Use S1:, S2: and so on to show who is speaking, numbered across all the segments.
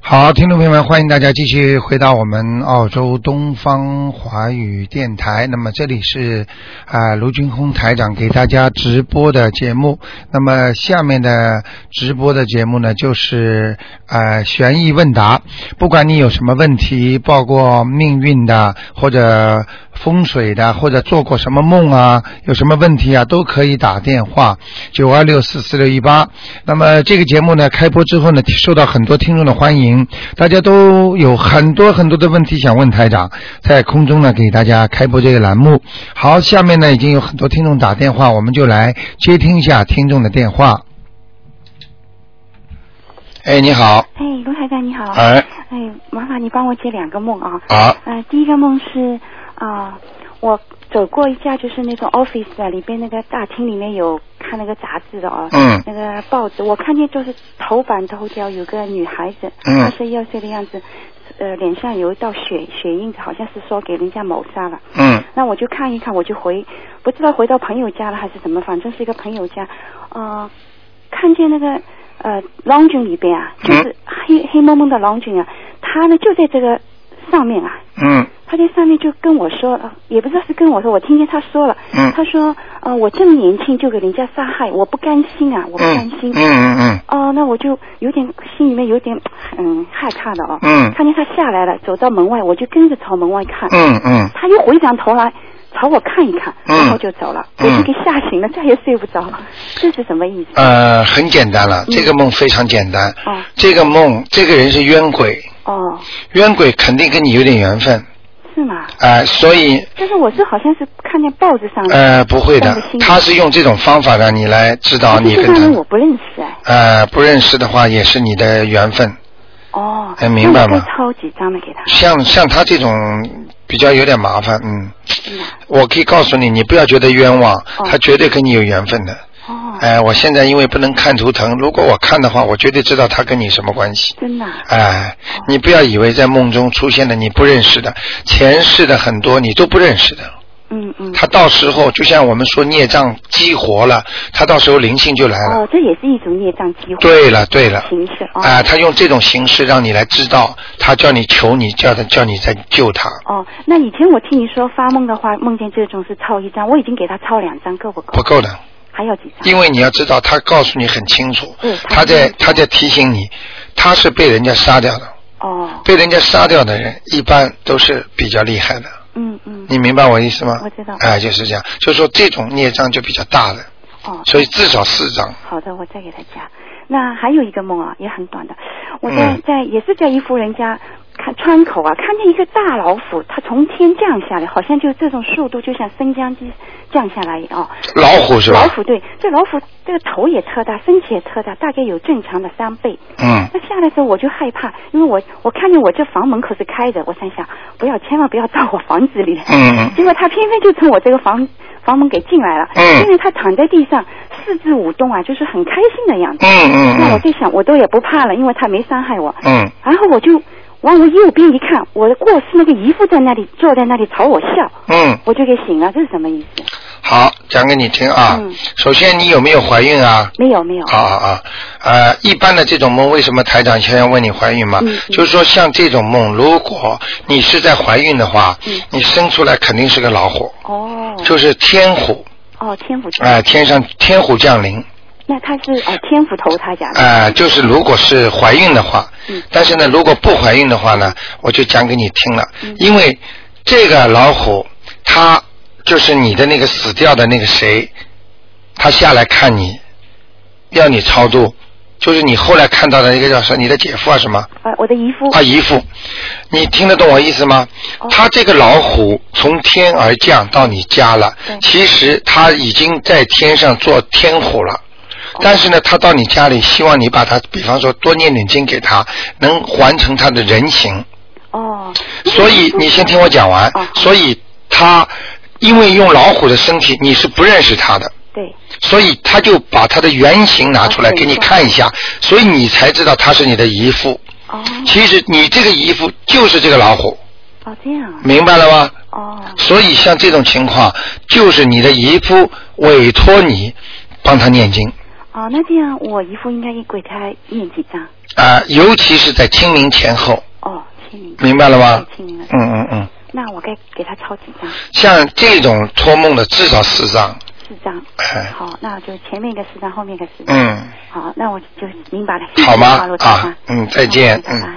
S1: 好，听众朋友们，欢迎大家继续回到我们澳洲东方华语电台。那么这里是啊、卢军红台长给大家直播的节目。那么下面的直播的节目呢，就是呃悬疑问答。不管你有什么问题，包括命运的或者风水的，或者做过什么梦啊，有什么问题啊，都可以打电话九二六四四六一八。那么这个节目呢，开播之后呢，受到很多听众的欢迎，大家都有很多很多的问题想问台长，在空中呢给大家开播这个栏目。好，下面呢已经有很多听众打电话，我们就来接听一下听众的电话。哎，你好，
S2: 哎，卢台长你好。
S1: 哎，
S2: 哎，麻烦你帮我解两个梦啊。
S1: 好，
S2: 呃，第一个梦是啊、我走过一家就是那种 office 的，里边那个大厅里面有看那个杂志的啊，
S1: 嗯
S2: 那个报纸，我看见就是头版头条有个女孩子，
S1: 嗯
S2: 二十一二岁的样子，呃，脸上有一道血血印子，好像是说给人家谋杀了。
S1: 嗯
S2: 那我就看一看，我就回，不知道回到朋友家了还是怎么，反正是一个朋友家，呃，看见那个呃 lounge 里边啊，就是黑、黑蒙蒙的 lounge 啊，他呢就在这个上面啊，
S1: 嗯
S2: 他在上面就跟我说，呃也不知道是跟我说，我听见他说了，
S1: 嗯
S2: 他说，呃，我这么年轻就给人家杀害，我不甘心啊，我不甘
S1: 嗯
S2: 心。
S1: 嗯嗯
S2: 哦，那我就有点心里面有点嗯害怕的哦。
S1: 嗯
S2: 看见他下来了，走到门外，我就跟着朝门外看。
S1: 嗯嗯
S2: 他又回转头来朝我看一看，
S1: 嗯
S2: 然后就走了，
S1: 嗯
S2: 我就给吓醒了，再也睡不着了。这是什么意思？
S1: 呃，很简单了，
S2: 嗯
S1: 这个梦非常简单。
S2: 哦
S1: 这个梦，这个人是冤鬼，
S2: 哦，
S1: 冤鬼肯定跟你有点缘分，
S2: 是吗？
S1: 哎、所以
S2: 但是我是好像是看见报纸上的，
S1: 呃不会
S2: 放
S1: 的
S2: 嗯不心，里
S1: 他是用这种方法让你来知道
S2: 但是
S1: 你
S2: 这
S1: 跟
S2: 个人
S1: 他
S2: 我不认识哎。
S1: 呃不认识的话也是你的缘分。
S2: 哦，
S1: 哎明白吗
S2: 那我该抄几张呢？给他。
S1: 像像他这种比较有点麻烦，嗯，
S2: 嗯啊
S1: 我可以告诉你，你不要觉得冤枉，
S2: 哦
S1: 他绝对跟你有缘分的。
S2: 哦，
S1: 哎、我现在因为不能看图腾，如果我看的话，我绝对知道他跟你什么关系。
S2: 真的啊。
S1: 哎，你不要以为在梦中出现的你不认识的前世的很多你都不认识的，
S2: 嗯嗯。
S1: 他到时候就像我们说孽障激活了，他到时候灵性就来了。
S2: 哦，这也是一种孽障机会。
S1: 啊对了对了，
S2: 形式哦。
S1: 啊、他用这种形式让你来知道，他叫你求你，叫他叫你再救他。
S2: 哦，那以前我听你说发梦的话，梦见这种是抄一张，我已经给他抄两张，够不够？
S1: 不够的，
S2: 还要几张？
S1: 因为你要知道，他告诉你很清楚
S2: 嗯，
S1: 他在
S2: 他
S1: 他在提醒你，他是被人家杀掉的，
S2: 哦，
S1: 被人家杀掉的人一般都是比较厉害的，
S2: 嗯嗯，
S1: 你明白我意思吗？
S2: 我知道
S1: 哎、就是这样，就是说这种孽障就比较大了，
S2: 哦，
S1: 所以至少四张。
S2: 好的，我再给他加。那还有一个梦啊，也很短的，我在、
S1: 嗯
S2: 在也是在一户人家看窗口啊，看见一个大老虎，它从天降下来，好像就这种速度，就像升降机降下来哦。
S1: 老虎是吧？
S2: 老虎对，这老虎这个头也特大，身体也特大，大概有正常的三倍。
S1: 嗯
S2: 那下来的时候我就害怕，因为我我看见我这房门口是开着，我在想不要，千万不要到我房子里来。
S1: 嗯
S2: 结果他偏偏就从我这个房房门给进来了，
S1: 嗯
S2: 因为他躺在地上四肢舞动啊，就是很开心的样
S1: 嗯
S2: 子。
S1: 嗯
S2: 那我
S1: 嗯
S2: 就想，我都也不怕了，因为他没伤害我。
S1: 嗯
S2: 然后我就往我右边一看，我的过世那个姨父在那里坐在那里朝我笑，
S1: 嗯，
S2: 我就给醒了，这是什么意思？
S1: 好，讲给你听啊。
S2: 嗯
S1: 首先，你有没有怀孕啊？
S2: 没有没有，
S1: 啊啊啊！呃，一般的这种梦，为什么台长先要问你怀孕嘛？
S2: 嗯嗯
S1: 就是说，像这种梦，如果你是在怀孕的话，
S2: 嗯
S1: 你生出来肯定是个老虎，
S2: 哦
S1: 就是天虎，
S2: 哦，天府
S1: 哎、天上天虎降临，
S2: 那他是哦天府投他家的，
S1: 哎、就是如果是怀孕的话，
S2: 嗯
S1: 但是呢，如果不怀孕的话呢，我就讲给你听了，
S2: 嗯
S1: 因为这个老虎，它就是你的那个死掉的那个谁，他下来看你，要你超度，就是你后来看到的那个叫什，你的姐夫啊什么
S2: 呃我的姨父
S1: 啊姨父，你听得懂我意思吗
S2: 哦？
S1: 他这个老虎从天而降到你家了
S2: 对，
S1: 其实他已经在天上做天虎了。但是呢，他到你家里，希望你把他，比方说多念点经给他，能完成他的人形。
S2: 哦，
S1: 所以你先听我讲完
S2: 哦。
S1: 所以他因为用老虎的身体，你是不认识他的，
S2: 对哦
S1: 所以他就把他的原型拿出来给你看一下，所以你才知道他是你的姨父。
S2: 哦
S1: 其实你这个姨父就是这个老虎，
S2: 哦这样啊
S1: 明白了吗？
S2: 哦
S1: 所以像这种情况，就是你的姨父委托你帮他念经。
S2: 哦哦，那这样我姨父应该给他念几张？
S1: 啊、尤其是在清明前后，
S2: 哦，清明。
S1: 明白了吗
S2: 对？清明了。
S1: 嗯嗯嗯，
S2: 那我该给他抄几张？
S1: 像这种托梦的至少四张，
S2: 四张。
S1: 哎，
S2: 好，那就前面一个四张，后面一个四张。
S1: 嗯，
S2: 好，那我就明白了。
S1: 好吗
S2: 谢谢陆？台长
S1: 啊，嗯，再见，
S2: 拜
S1: 嗯，
S2: 拜。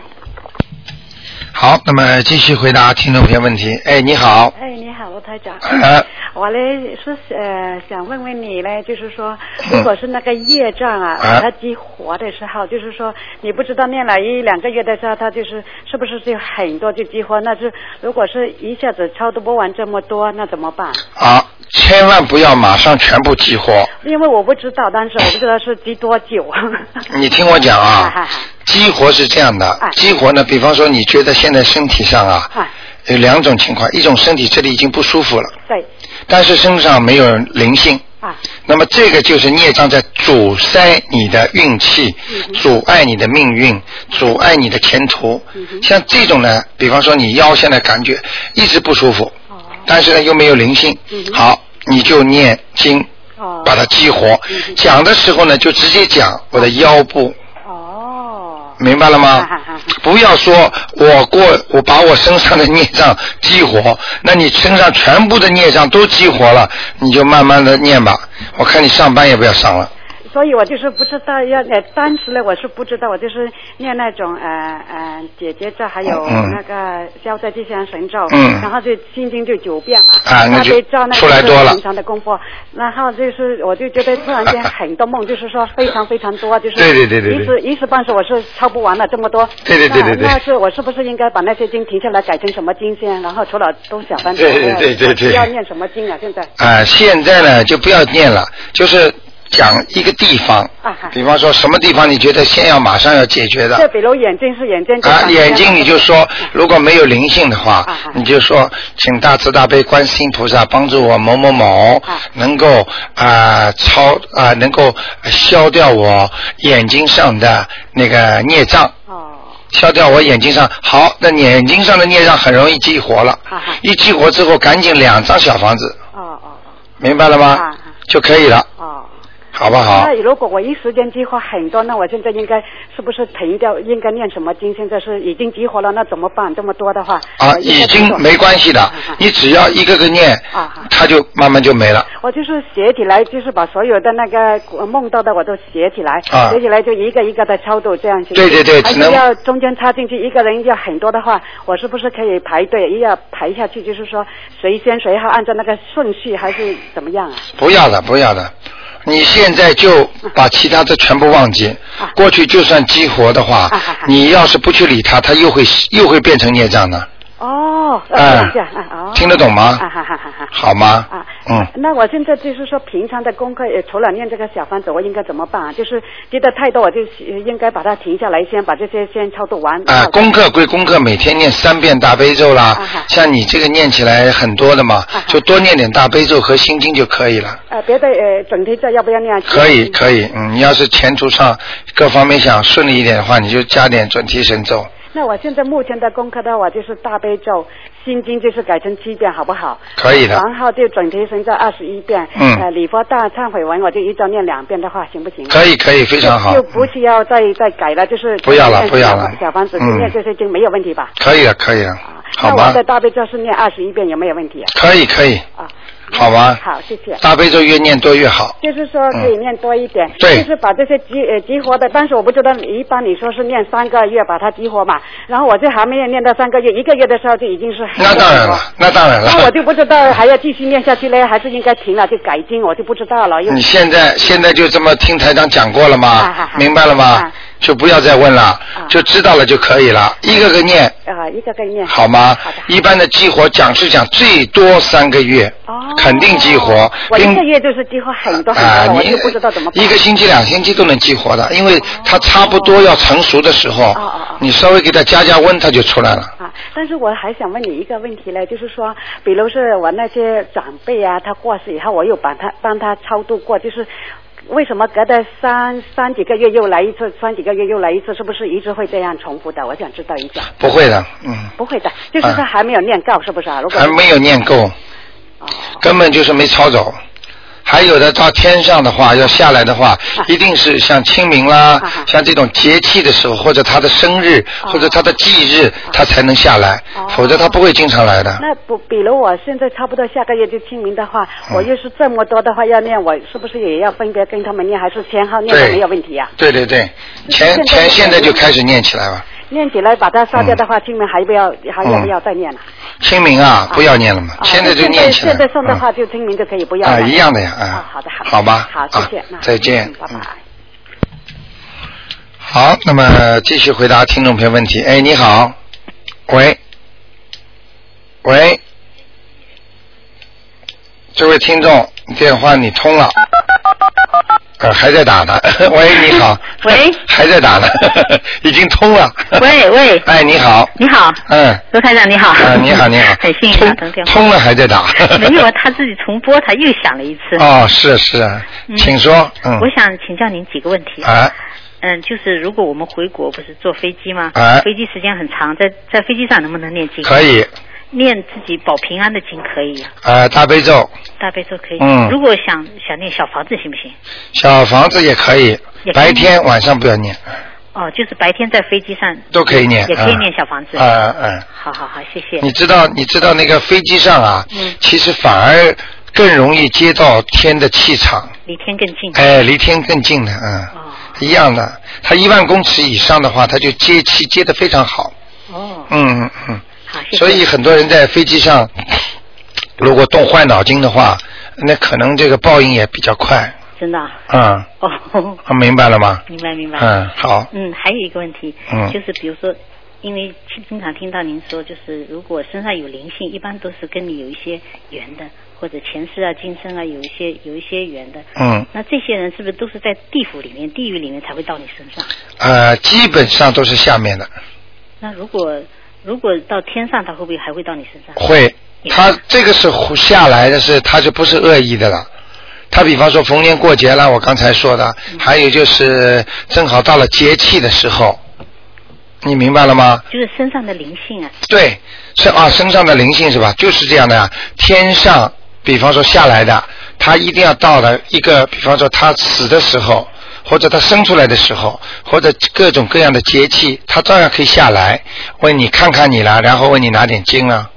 S1: 好，那么继续回答听众朋友问题。哎，你好，
S3: 哎，你好，罗台 长。
S1: 啊，
S3: 我嘞是呃，想问问你嘞，就是说，
S1: 嗯
S3: 如果是那个业障啊，
S1: 啊
S3: 把它激活的时候，就是说，你不知道念了一两个月的时候，它就是是不是就很多就激活？那是如果是一下子超度不完这么多，那怎么办？
S1: 好，千万不要马上全部激活，
S3: 因为我不知道，但是我不知道是激多久。
S1: 你听我讲
S3: 哈
S1: 啊
S3: 哈，哈
S1: 激活是这样的
S3: 哎，
S1: 激活呢，比方说你觉得现在身体上啊
S3: 哎
S1: 有两种情况，一种身体这里已经不舒服了，
S3: 对
S1: 但是身上没有灵性，
S3: 啊，
S1: 那么这个就是孽障在阻塞你的运气，
S3: 嗯
S1: 阻碍你的命运，阻碍你的前途。
S3: 嗯
S1: 像这种呢，比方说你腰现在感觉一直不舒服，
S3: 哦
S1: 但是呢又没有灵性，好，你就念经
S3: 嗯哦
S1: 把它激活。讲的时候呢，就直接讲我的腰部，
S3: 哦，
S1: 明白了吗
S3: 哈哈哈哈？
S1: 不要说我过我把我身上的孽障激活，那你身上全部的孽障都激活了，你就慢慢的念吧。我看你上班也不要上了。
S3: 所以我就是不知道要，呃，当时呢我是不知道，我就是念那种呃呃姐姐咒，还有
S1: 嗯嗯
S3: 那个消灾吉祥神咒，
S1: 嗯
S3: 然后就心经就九遍嘛，
S1: 啊那
S3: 大
S1: 就
S3: 悲咒那
S1: 出来
S3: 个
S1: 多
S3: 是
S1: 了
S3: 平常的功夫，然后就是我就觉得突然间很多梦，就是说非常非常多，就是
S1: 对对对对对
S3: 一时一时半时我是抄不完了这么多，
S1: 对对对对对
S3: 那那是我是不是应该把那些经停下来改成什么经先？然后除了都小班之外，
S1: 对对对对对
S3: 要念什么经啊？现在
S1: 啊、现在呢就不要念了，就是讲一个地方
S3: 啊哈，
S1: 比方说什么地方你觉得先要马上要解决的，
S3: 这比如眼睛是眼睛，
S1: 啊，眼睛你就说，如果没有灵性的话
S3: 嗯啊啊，
S1: 你就说，请大慈大悲观世音菩萨帮助我某某某
S3: 啊，
S1: 能够啊超啊能够消掉我眼睛上的那个孽障。
S3: 哦。
S1: 消掉我眼睛上，好，那眼睛上的孽障很容易激活了
S3: 啊啊，
S1: 一激活之后，赶紧两张小房子，
S3: 哦哦
S1: 明白了
S3: 啊
S1: 吗
S3: 啊？
S1: 就可以了，
S3: 哦哦。
S1: 好不好
S3: 那？如果我一时间激活很多，那我现在应该是不是停掉？应该念什么经？现在是已经激活了，那怎么办？这么多的话
S1: 啊，
S3: 我应该
S1: 已
S3: 怎
S1: 经
S3: 么
S1: 没关系的
S3: 啊啊，
S1: 你只要一个个念
S3: 啊啊，
S1: 它就慢慢就没了。
S3: 我就是写起来，就是把所有的那个呃梦到的我都写起来，
S1: 啊
S3: 写起来就一个一个的超度这样去。
S1: 对对对只
S3: 还是
S1: 能
S3: 要中间插进去一个人要很多的话，我是不是可以排队？要排下去，就是说谁先谁后，按照那个顺序还是怎么样啊？
S1: 不要的，不要的。你现在就把其他的全部忘记
S3: 啊。
S1: 过去就算激活的话
S3: 啊啊啊，
S1: 你要是不去理它，它又会又会变成孽障的，
S3: 哦，呃
S1: 哎
S3: 这样啊哦，
S1: 听得懂吗
S3: 啊哈哈哈哈。
S1: 好吗
S3: 啊？，
S1: 嗯，
S3: 那我现在就是说，平常的功课，呃除了念这个小方子，我应该怎么办啊？就是觉得太多，我就呃应该把它停下来，先把这些先操作完。
S1: 啊，功课归功课，每天念三遍大悲咒啦
S3: 啊哈。
S1: 像你这个念起来很多的嘛
S3: 哈，
S1: 就多念点大悲咒和心经就可以了。
S3: 呃，别的呃，整体这要不要念啊？
S1: 可以，可以，嗯，你要是前途上各方面想顺利一点的话，你就加点准提神咒。
S3: 那我现在目前的功课的话，就是大悲咒、心经，就是改成七遍，好不好？
S1: 可以的
S3: 然后就准提神咒二十一遍，
S1: 嗯
S3: 呃，礼佛大忏悔文，我就一周念两遍的话，行不行？
S1: 可以，可以，非常好
S3: 就。不需要再再改了，就是
S1: 不要了不要了
S3: 小房子
S1: 嗯
S3: 念这些经没有问题吧？
S1: 可以了，可以了
S3: 啊，
S1: 好
S3: 那我
S1: 吗
S3: 的？大悲咒是念二十一遍，有没有问题啊？
S1: 可以，可以。
S3: 啊，
S1: 嗯好吧
S3: 好，谢谢。
S1: 大悲咒越念多越好。嗯
S3: 就是说可以念多一点，
S1: 对
S3: 就是把这些激呃激活的，但是我不知道一般你说是念三个月把它激活嘛，然后我这还没有念到三个月，一个月的时候就已经是很
S1: 那当然
S3: 多
S1: 了，那当然
S3: 那我
S1: 了。
S3: 就不知道还要继续念下去嘞，还是应该停了就改进，我就不知道了。又
S1: 你现在现在就这么听台长讲过了
S3: 啊
S1: 吗
S3: 啊？啊
S1: 明白了吗
S3: 啊？
S1: 就不要再问了，就知道了就可以了，一个个念，
S3: 啊、一个个念
S1: 好吗
S3: 好的？
S1: 一般的激活讲是讲最多三个月
S3: 哦，，
S1: 肯定激活，
S3: 我
S1: 并
S3: 一个月就是激活很多
S1: 啊
S3: 很，多，我
S1: 你
S3: 就不知道怎么办。
S1: 一个星期、两星期都能激活的，因为它差不多要成熟的时候
S3: 哦哦哦，
S1: 你稍微给它加加温，它就出来了。
S3: 啊，但是我还想问你一个问题嘞，就是说，比如是我那些长辈啊，他过世以后，我又帮他帮他超度过，就是为什么隔的三三几个月又来一次，三几个月又来一次，是不是一直会这样重复的？我想知道一下。
S1: 不会的，嗯，
S3: 不会的，就是他
S1: 啊
S3: 还没有念够，是不是啊？如果
S1: 还没有念够，
S3: 哦
S1: 根本就是没抄走，还有的到天上的话，要下来的
S3: 啊
S1: 话，一定是像清明啦，像这种节气的时候，或者他的生日，
S3: 啊
S1: 或者他的忌日，他才能下来，否则他不会经常来的。
S3: 哦那不，比如我现在差不多下个月就清明的话，我又是这么多的话要念，我是不是也要分别跟他们念，还是前后念都没有问题呀、啊？
S1: 对对对，钱钱现在就开始念起来吧。
S3: 念起来把它烧掉的话，清明还不要还要不要再念了？
S1: 清明啊，不要念了嘛，现在就念起来。
S3: 啊
S1: 嗯
S3: 现在送的话就清明就可以不要
S1: 啊，一样的呀
S3: 啊。好的好的。
S1: 好吧。
S3: 好，谢谢。
S1: 再
S4: 嗯
S1: 见。嗯
S3: 拜拜。
S1: 好，那么继续回答听众朋友问题。哎，你好，喂，喂，这位听众，电话你通了。呃，还在打呢。 喂，你好。
S4: 喂。
S1: 还在打呢，已经通了。
S4: 喂喂。
S1: 哎，你好。
S4: 你好。
S1: 嗯。
S4: 罗台长，你好。
S1: 啊，你好，你好。
S4: 很幸运打通电话。
S1: 通了还在打。
S4: 没有，啊 他自己重播，他又响了一次。
S1: 哦，是是，请说。嗯。
S4: 我想请教您几个问题。
S1: 啊。
S4: 嗯，就是如果我们回国不是坐飞机吗？
S1: 啊。
S4: 飞机时间很长，在在飞机上能不能念经？
S1: 可以。
S4: 念自己保平安的经可以。
S1: 啊，大悲咒。
S4: 大悲咒可以。
S1: 嗯。
S4: 如果想想念小房子行不行？
S1: 小房子也可以，白天晚上不要念。
S4: 哦，就是白天在飞机上
S1: 都可以念，
S4: 也可以念小房子。
S1: 啊啊！
S4: 好好好，谢谢。嗯
S1: 你知道，你知道那个飞机上啊，其实反而更容易接到天的气场。
S4: 离天更近。
S1: 哎，离天更近的，嗯，
S4: 哦
S1: 一样的。它一万公尺以上的话，它就接气接的非常好。
S4: 哦。
S1: 嗯嗯嗯。
S4: 谢谢
S1: 所以很多人在飞机上，如果动坏脑筋的话，那可能这个报应也比较快。
S4: 真的啊。
S1: 嗯。
S4: 哦。
S1: 啊， 明白了吗？
S4: 明白明白。
S1: 嗯，好。
S4: 嗯，还有一个问题，
S1: 嗯
S4: 就是比如说，因为经常听到您说，就是如果身上有灵性，一般都是跟你有一些缘的，或者前世啊、今生啊，有一些有一些缘的。
S1: 嗯，
S4: 那这些人是不是都是在地府里面、地狱里面才会到你身上？
S1: 呃，基本上都是下面的，
S4: 那如果如果到天上，他会不会还会到你身上？
S1: 会，他这个是下来的是，他就不是恶意的了。他比方说逢年过节啦，我刚才说的，还有就是正好到了节气的时候，你明白了吗？
S4: 就是身上的灵性啊，
S1: 对，是啊，身上的灵性是吧？就是这样的呀、天上，比方说下来的，他一定要到了一个，比方说他死的时候，或者他生出来的时候，或者各种各样的节气，他照样可以下来，问你看看你啦，然后问你拿点经啊。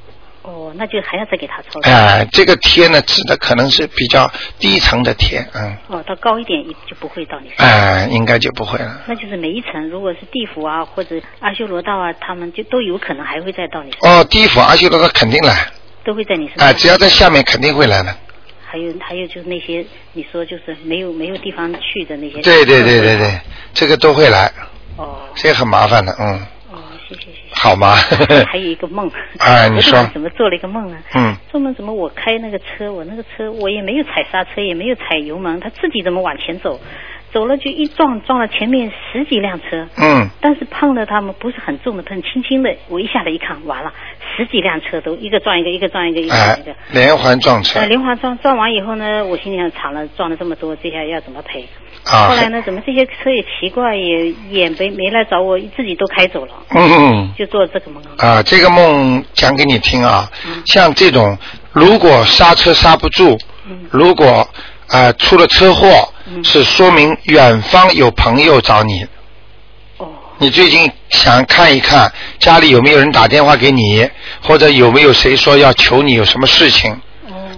S4: 哦，那就还要再给他操作。
S1: 哎，这个天呢，指的可能是比较低层的天，嗯，
S4: 哦，到高一点就不会到你身上。
S1: 哎，应该就不会了。
S4: 那就是每一层，如果是地府啊，或者阿修罗道啊，他们就都有可能还会再到你身上，
S1: 哦，地府阿修罗他肯定来，
S4: 都会在你身上。
S1: 哎，只要在下面肯定会来的。
S4: 还有还有就是那些你说就是没有没有地方去的那些。
S1: 对对对对。对，这个都会来，
S4: 哦
S1: 这个很麻烦的，嗯，
S4: 哦，谢谢谢
S1: 好吗？
S4: 谢。 还有一个梦。
S1: 哎你
S4: 我
S1: 说
S4: 怎么做了一个梦啊？
S1: 嗯，
S4: 做梦怎么我开那个车，我那个车我也没有踩刹车，也没有踩油门，它自己怎么往前走？走了就一撞撞了前面十几辆车。
S1: 嗯，
S4: 但是碰了他们不是很重的碰，轻轻的，我一下来一看，完了，十几辆车都一个撞一个，一个撞一个，一个
S1: 哎
S4: 撞一个。，
S1: 连环撞车
S4: 呃，连环撞撞完以后呢，我心里想，惨了，撞了这么多，这下要怎么赔？
S1: 啊
S4: 后，来呢，怎么这些车也奇怪，也也没没来找我，自己都开走了，
S1: 嗯。
S4: 就做这个梦。
S1: 啊，这个梦讲给你听啊，像这种如果刹车刹不住，如果啊、出了车祸，是说明远方有朋友找你。你最近想看一看家里有没有人打电话给你，或者有没有谁说要求你有什么事情？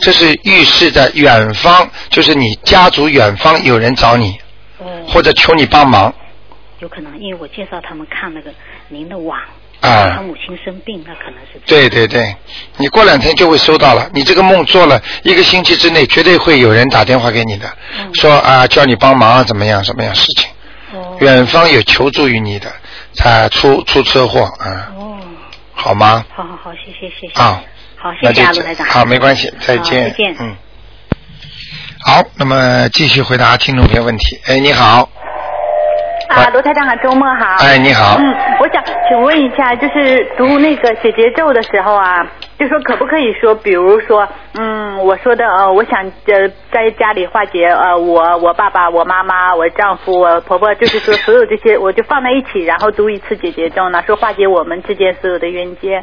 S1: 这是预示着远方，就是你家族远方有人找你，或者求你帮忙
S4: 有可能因为我介绍他们看那个您的网，
S1: 啊。
S4: 他母亲生病，那可能是
S1: 对对对，你过两天就会收到了。你这个梦做了一个星期之内，绝对会有人打电话给你的，
S4: 嗯
S1: 说啊叫你帮忙啊怎么样怎么样事情。
S4: 哦
S1: 远方有求助于你的，啊出出车祸啊，
S4: 哦。
S1: 好吗？
S4: 好好好，谢谢谢谢。
S1: 啊，
S4: 好，谢
S1: 那就
S4: 谢啊，
S1: 这
S4: 卢台长。
S1: 好，没关系，再
S4: 好
S1: 见。
S4: 再见。
S1: 嗯。好，那么继续回答听众朋友问题。哎，你好，
S5: 啊，罗台长啊，周末好。
S1: 哎你好
S5: 嗯，我想请问一下，就是读那个解结咒的时候啊，就说可不可以说，比如说，嗯，我说的呃，我想呃在家里化解呃我我爸爸、我妈妈、我丈夫、我婆婆，就是说所有这些， 我就放在一起，然后读一次解结咒呢，说化解我们之间所有的冤结。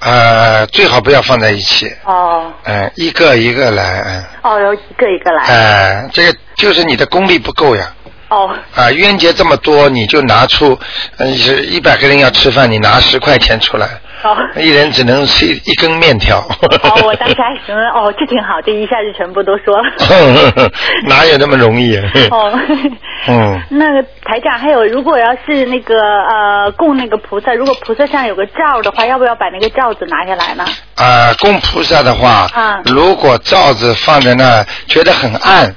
S1: 呃，最好不要放在一起，
S5: 哦
S1: 哎、一个一个来，哎、
S5: 哦，然后一个一个来。
S1: 哎、这个就是你的功力不够呀。
S5: 哦
S1: 啊，冤结这么多，你就拿出，嗯，是一百个人要吃饭，你拿十块钱出来，
S5: 哦
S1: 一人只能吃一一根面条。
S5: 哦，我当时还想着哦，这挺好，这一下就全部都 说了。
S1: 哪有那么容易？啊
S5: 哦。
S1: 嗯，
S5: 那个台长，还有如果要是那个呃供那个菩萨，如果菩萨上有个罩的话，要不要把那个罩子拿下来呢？
S1: 啊、供菩萨的话，
S5: 啊
S1: 如果罩子放在那儿觉得很暗，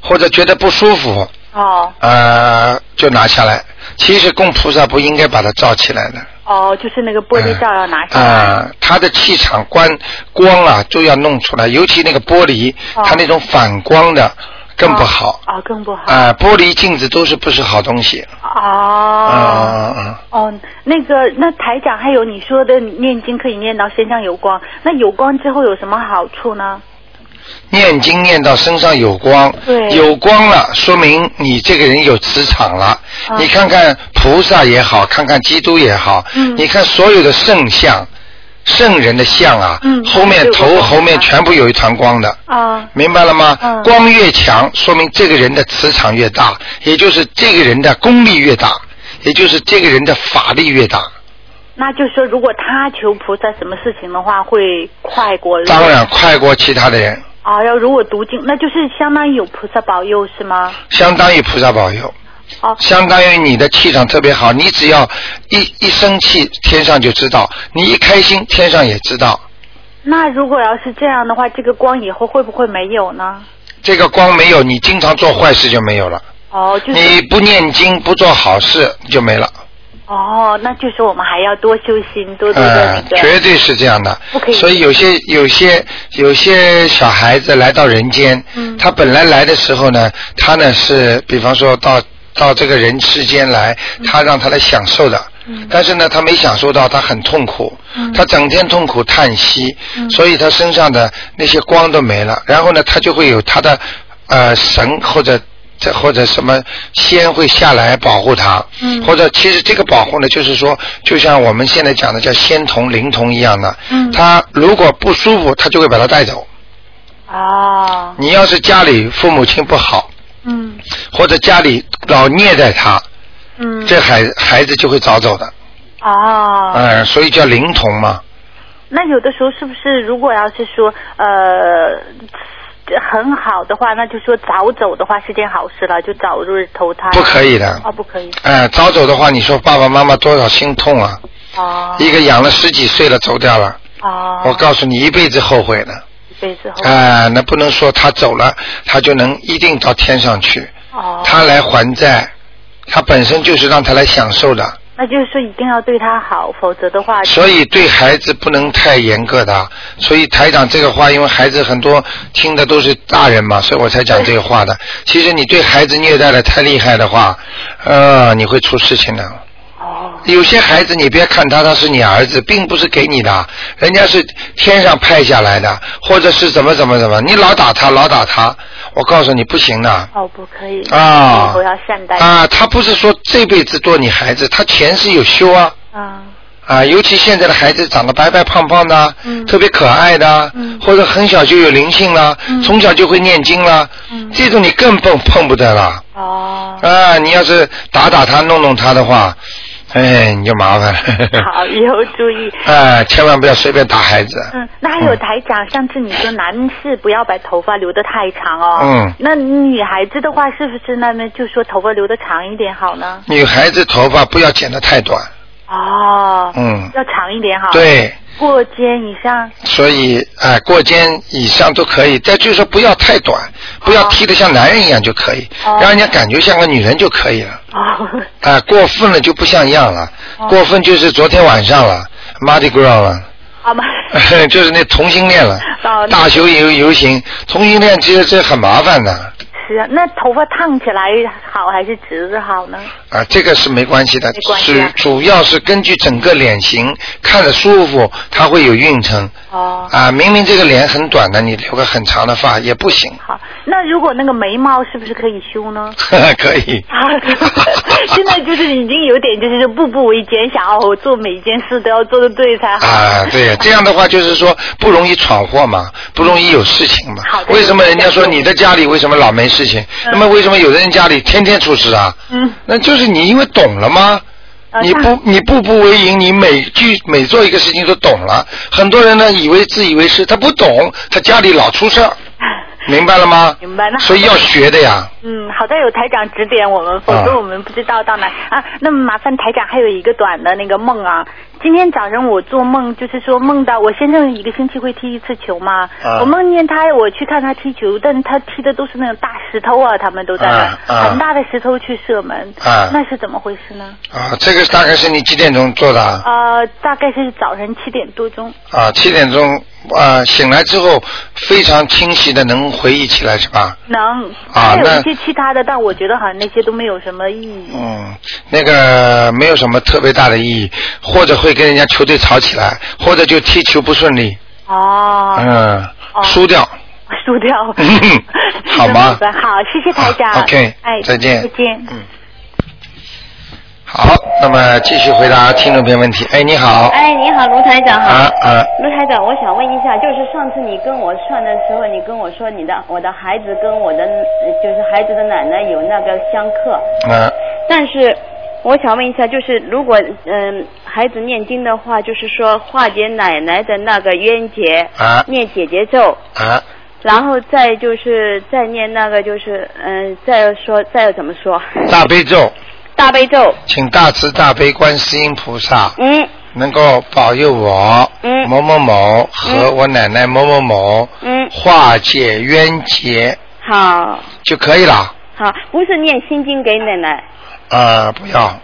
S1: 或者觉得不舒服，
S5: 哦
S1: 呃，就拿下来。其实供菩萨不应该把它罩起来的。
S5: 哦，就是那个玻璃罩要拿下来。
S1: 啊、它的气场光光啊都要弄出来，尤其那个玻璃，
S5: 哦
S1: 它那种反光的更不好。
S5: 哦，更不好。
S1: 啊、玻璃镜子都是不是好东西。啊
S5: 哦。
S1: 啊啊！
S5: 哦，那个，那台长，还有你说的念经可以念到身上有光，那有光之后有什么好处呢？
S1: 念经念到身上有光，
S5: 对
S1: 有光了，说明你这个人有磁场了。
S5: 啊
S1: 你看看菩萨也好，看看基督也好，
S5: 嗯
S1: 你看所有的圣像、圣人的像啊，
S5: 嗯
S1: 后面
S5: 有个
S1: 头
S5: 光
S1: 后面
S5: 啊
S1: 全部有一团光的。
S5: 啊
S1: 明白了吗？
S5: 嗯
S1: 光越强，说明这个人的磁场越大，也就是这个人的功力越大，也就是这个人的法力越大。
S5: 那就说，如果他求菩萨什么事情的话，会快过。
S1: 当然，快过其他的人，
S5: 啊，要如果读经，那就是相当于有菩萨保佑是吗？
S1: 相当于菩萨保佑，
S5: 哦
S1: 相当于你的气场特别好。你只要一一生气，天上就知道；你一开心，天上也知道。
S5: 那如果要是这样的话，这个光以后会不会没有呢？
S1: 这个光没有，你经常做坏事就没有了；
S5: 哦，就是
S1: 你不念经，不做好事就没了。
S5: 哦，那就是我们还要多修心，多多的
S1: 呃
S5: 那，个。
S1: 绝对是这样的
S5: 不可。以
S1: 所以有些有些有些小孩子来到人间，
S5: 嗯
S1: 他本来来的时候呢，他呢是比方说到到这个人世间来，他让他来享受的。
S5: 嗯
S1: 但是呢，他没享受到，他很痛苦，
S5: 嗯
S1: 他整天痛苦叹息，
S5: 嗯
S1: 所以他身上的那些光都没了。然后呢，他就会有他的呃神或者这或者什么仙会下来保护他，
S5: 嗯
S1: 或者其实这个保护呢，就是说，就像我们现在讲的叫仙童灵童一样的，
S5: 嗯
S1: 他如果不舒服，他就会把他带走。
S5: 哦，
S1: 你要是家里父母亲不好，
S5: 嗯
S1: 或者家里老虐待他，
S5: 嗯，
S1: 这孩孩子就会早走的，
S5: 哦，
S1: 嗯，所以叫灵童嘛。
S5: 那有的时候是不是如果要是说呃很好的话，那就说早走的话是件好事了，就早日投胎。
S1: 不可以的
S5: 哦，不可以。
S1: 哎，早走的话，你说爸爸妈妈多少心痛啊！
S5: 哦
S1: 一个养了十几岁了走掉了，
S5: 哦，
S1: 我告诉你，一辈子后悔的。
S5: 一辈子后。
S1: 哎，那不能说他走了，他就能一定到天上去，
S5: 哦，
S1: 他来还债，他本身就是让他来享受的，
S5: 那就是说一定要对他好，否则的话，
S1: 所以对孩子不能太严格的。所以台长这个话，因为孩子很多听的都是大人嘛，所以我才讲这个话的。其实你对孩子虐待的太厉害的话，呃，你会出事情的。
S5: 哦
S1: 有些孩子，你别看他，他是你儿子，并不是给你的，人家是天上派下来的，或者是怎么怎么怎么，你老打他，老打他，我告诉你不行的
S5: 哦，不可以
S1: 啊
S5: 以后要善待。
S1: 啊！他不是说这辈子做你孩子，他前世有修啊
S5: 嗯
S1: 啊！尤其现在的孩子长得白白胖胖的，
S5: 嗯
S1: 特别可爱的，
S5: 嗯
S1: 或者很小就有灵性了，
S5: 嗯
S1: 从小就会念经了，
S5: 嗯
S1: 这种你更碰碰不得了
S5: 哦，
S1: 啊！你要是打打他，弄弄他的话，哎，你就麻烦了。
S5: 好，哦以后注意。
S1: 哎，千万不要随便打孩子。
S5: 嗯，那还有
S1: 嗯
S5: 台长，上次你说男士不要把头发留得太长哦。
S1: 嗯
S5: 那女孩子的话，是不是那么就说头发留得长一点好呢？
S1: 女孩子头发不要剪得太短。
S5: 哦。
S1: 嗯
S5: 要长一点好。。
S1: 对，
S5: 过肩以上。
S1: 所以哎、过肩以上都可以，但就是说不要太短，不要剃得像男人一样就可以，
S5: 哦
S1: 让人家感觉像个女人就可以了。
S5: 哦。
S1: 哎、过分了就不像样了，
S5: 哦
S1: 过分就是昨天晚上了，Mardi Gras 了。
S5: 好吗？
S1: 就是那同性恋了
S5: 哦，那
S1: 大游游游行，同性恋其实这很麻烦的，
S5: 是啊，那头发烫起来好还是直着好呢？
S1: 啊，这个是没关系的
S5: 没，关系
S1: 是
S5: 啊
S1: 主要是根据整个脸型看着舒服，它会有运程。
S5: 哦，
S1: 啊，明明这个脸很短的，你留个很长的发也不行，
S5: 好，那如果那个眉毛是不是可以修 呢？
S1: 可以。
S5: 啊，现在就是已经有点就是步步为艰，想要我做每一件事都要做的对才好。
S1: 啊， 对，这样的话就是说不容易闯祸嘛，不容易有事情嘛
S5: 好。的
S1: 为什么人家说你的家里为什么老没事情？那么为什么有的人家里天天出事啊？
S5: 嗯，
S1: 那就是你因为懂了吗？
S5: 呃
S1: 你
S5: 像
S1: 不你步步为营，你每句每做一个事情都懂了。很多人呢，以为自以为是，他不懂，他家里老出事 儿，明白了吗？
S5: 明白了
S1: 所以要学的呀。
S5: 嗯，好在有台长指点我们，否
S1: 啊
S5: 则我们不知道到哪啊。那么麻烦台长还有一个短的那个梦啊。今天早上我做梦，就是说梦到我先生一个星期会踢一次球嘛，
S1: 啊
S5: 我梦见他，我去看他踢球，但他踢的都是那种大石头啊，他们都在那儿、
S1: 啊啊
S5: 很大的石头去射门，
S1: 啊
S5: 那是怎么回事呢？
S1: 啊，这个大概是你几点钟做的啊？
S5: 呃，大概是早晨七点多钟，
S1: 啊，七点钟啊、醒来之后，非常清晰的能回忆起来是吧？
S5: 能
S1: 啊
S5: 还有
S1: 那
S5: 一些其他的，但我觉得好像那些都没有什么意义。
S1: 嗯，那个没有什么特别大的意义，或者会跟人家球队吵起来，或者就踢球不顺利，
S5: 哦，
S1: 嗯，
S5: 哦
S1: 输掉。。
S5: 输掉
S1: 好吗
S5: 好，谢谢台长。
S1: 好，OK，
S5: 哎，
S1: 再见
S5: 再见。
S1: 嗯。好，那么继续回答听众朋友问题。哎，你好。
S6: 哎，你好，卢台长
S1: 啊
S6: 好。
S1: 啊
S6: 卢台长，我想问一下，就是上次你跟我算的时候，你跟我说你的我的孩子跟我的呃就是孩子的奶奶有那个相克，
S1: 啊
S6: 但是我想问一下，就是如果嗯、孩子念经的话，就是说化解奶奶的那个冤结，
S1: 啊
S6: 念姐姐咒，
S1: 啊！
S6: 然后再就是再念那个就是嗯、再说再怎么说
S1: 大悲咒，
S6: 大悲咒，
S1: 请大慈大悲观世音菩萨
S6: 嗯
S1: 能够保佑我、
S6: 嗯
S1: 某某某和我奶奶某某某
S6: 嗯，
S1: 化解冤结
S6: 好
S1: 就可以了。
S6: 好，不是念心经给奶奶，
S1: 啊，不要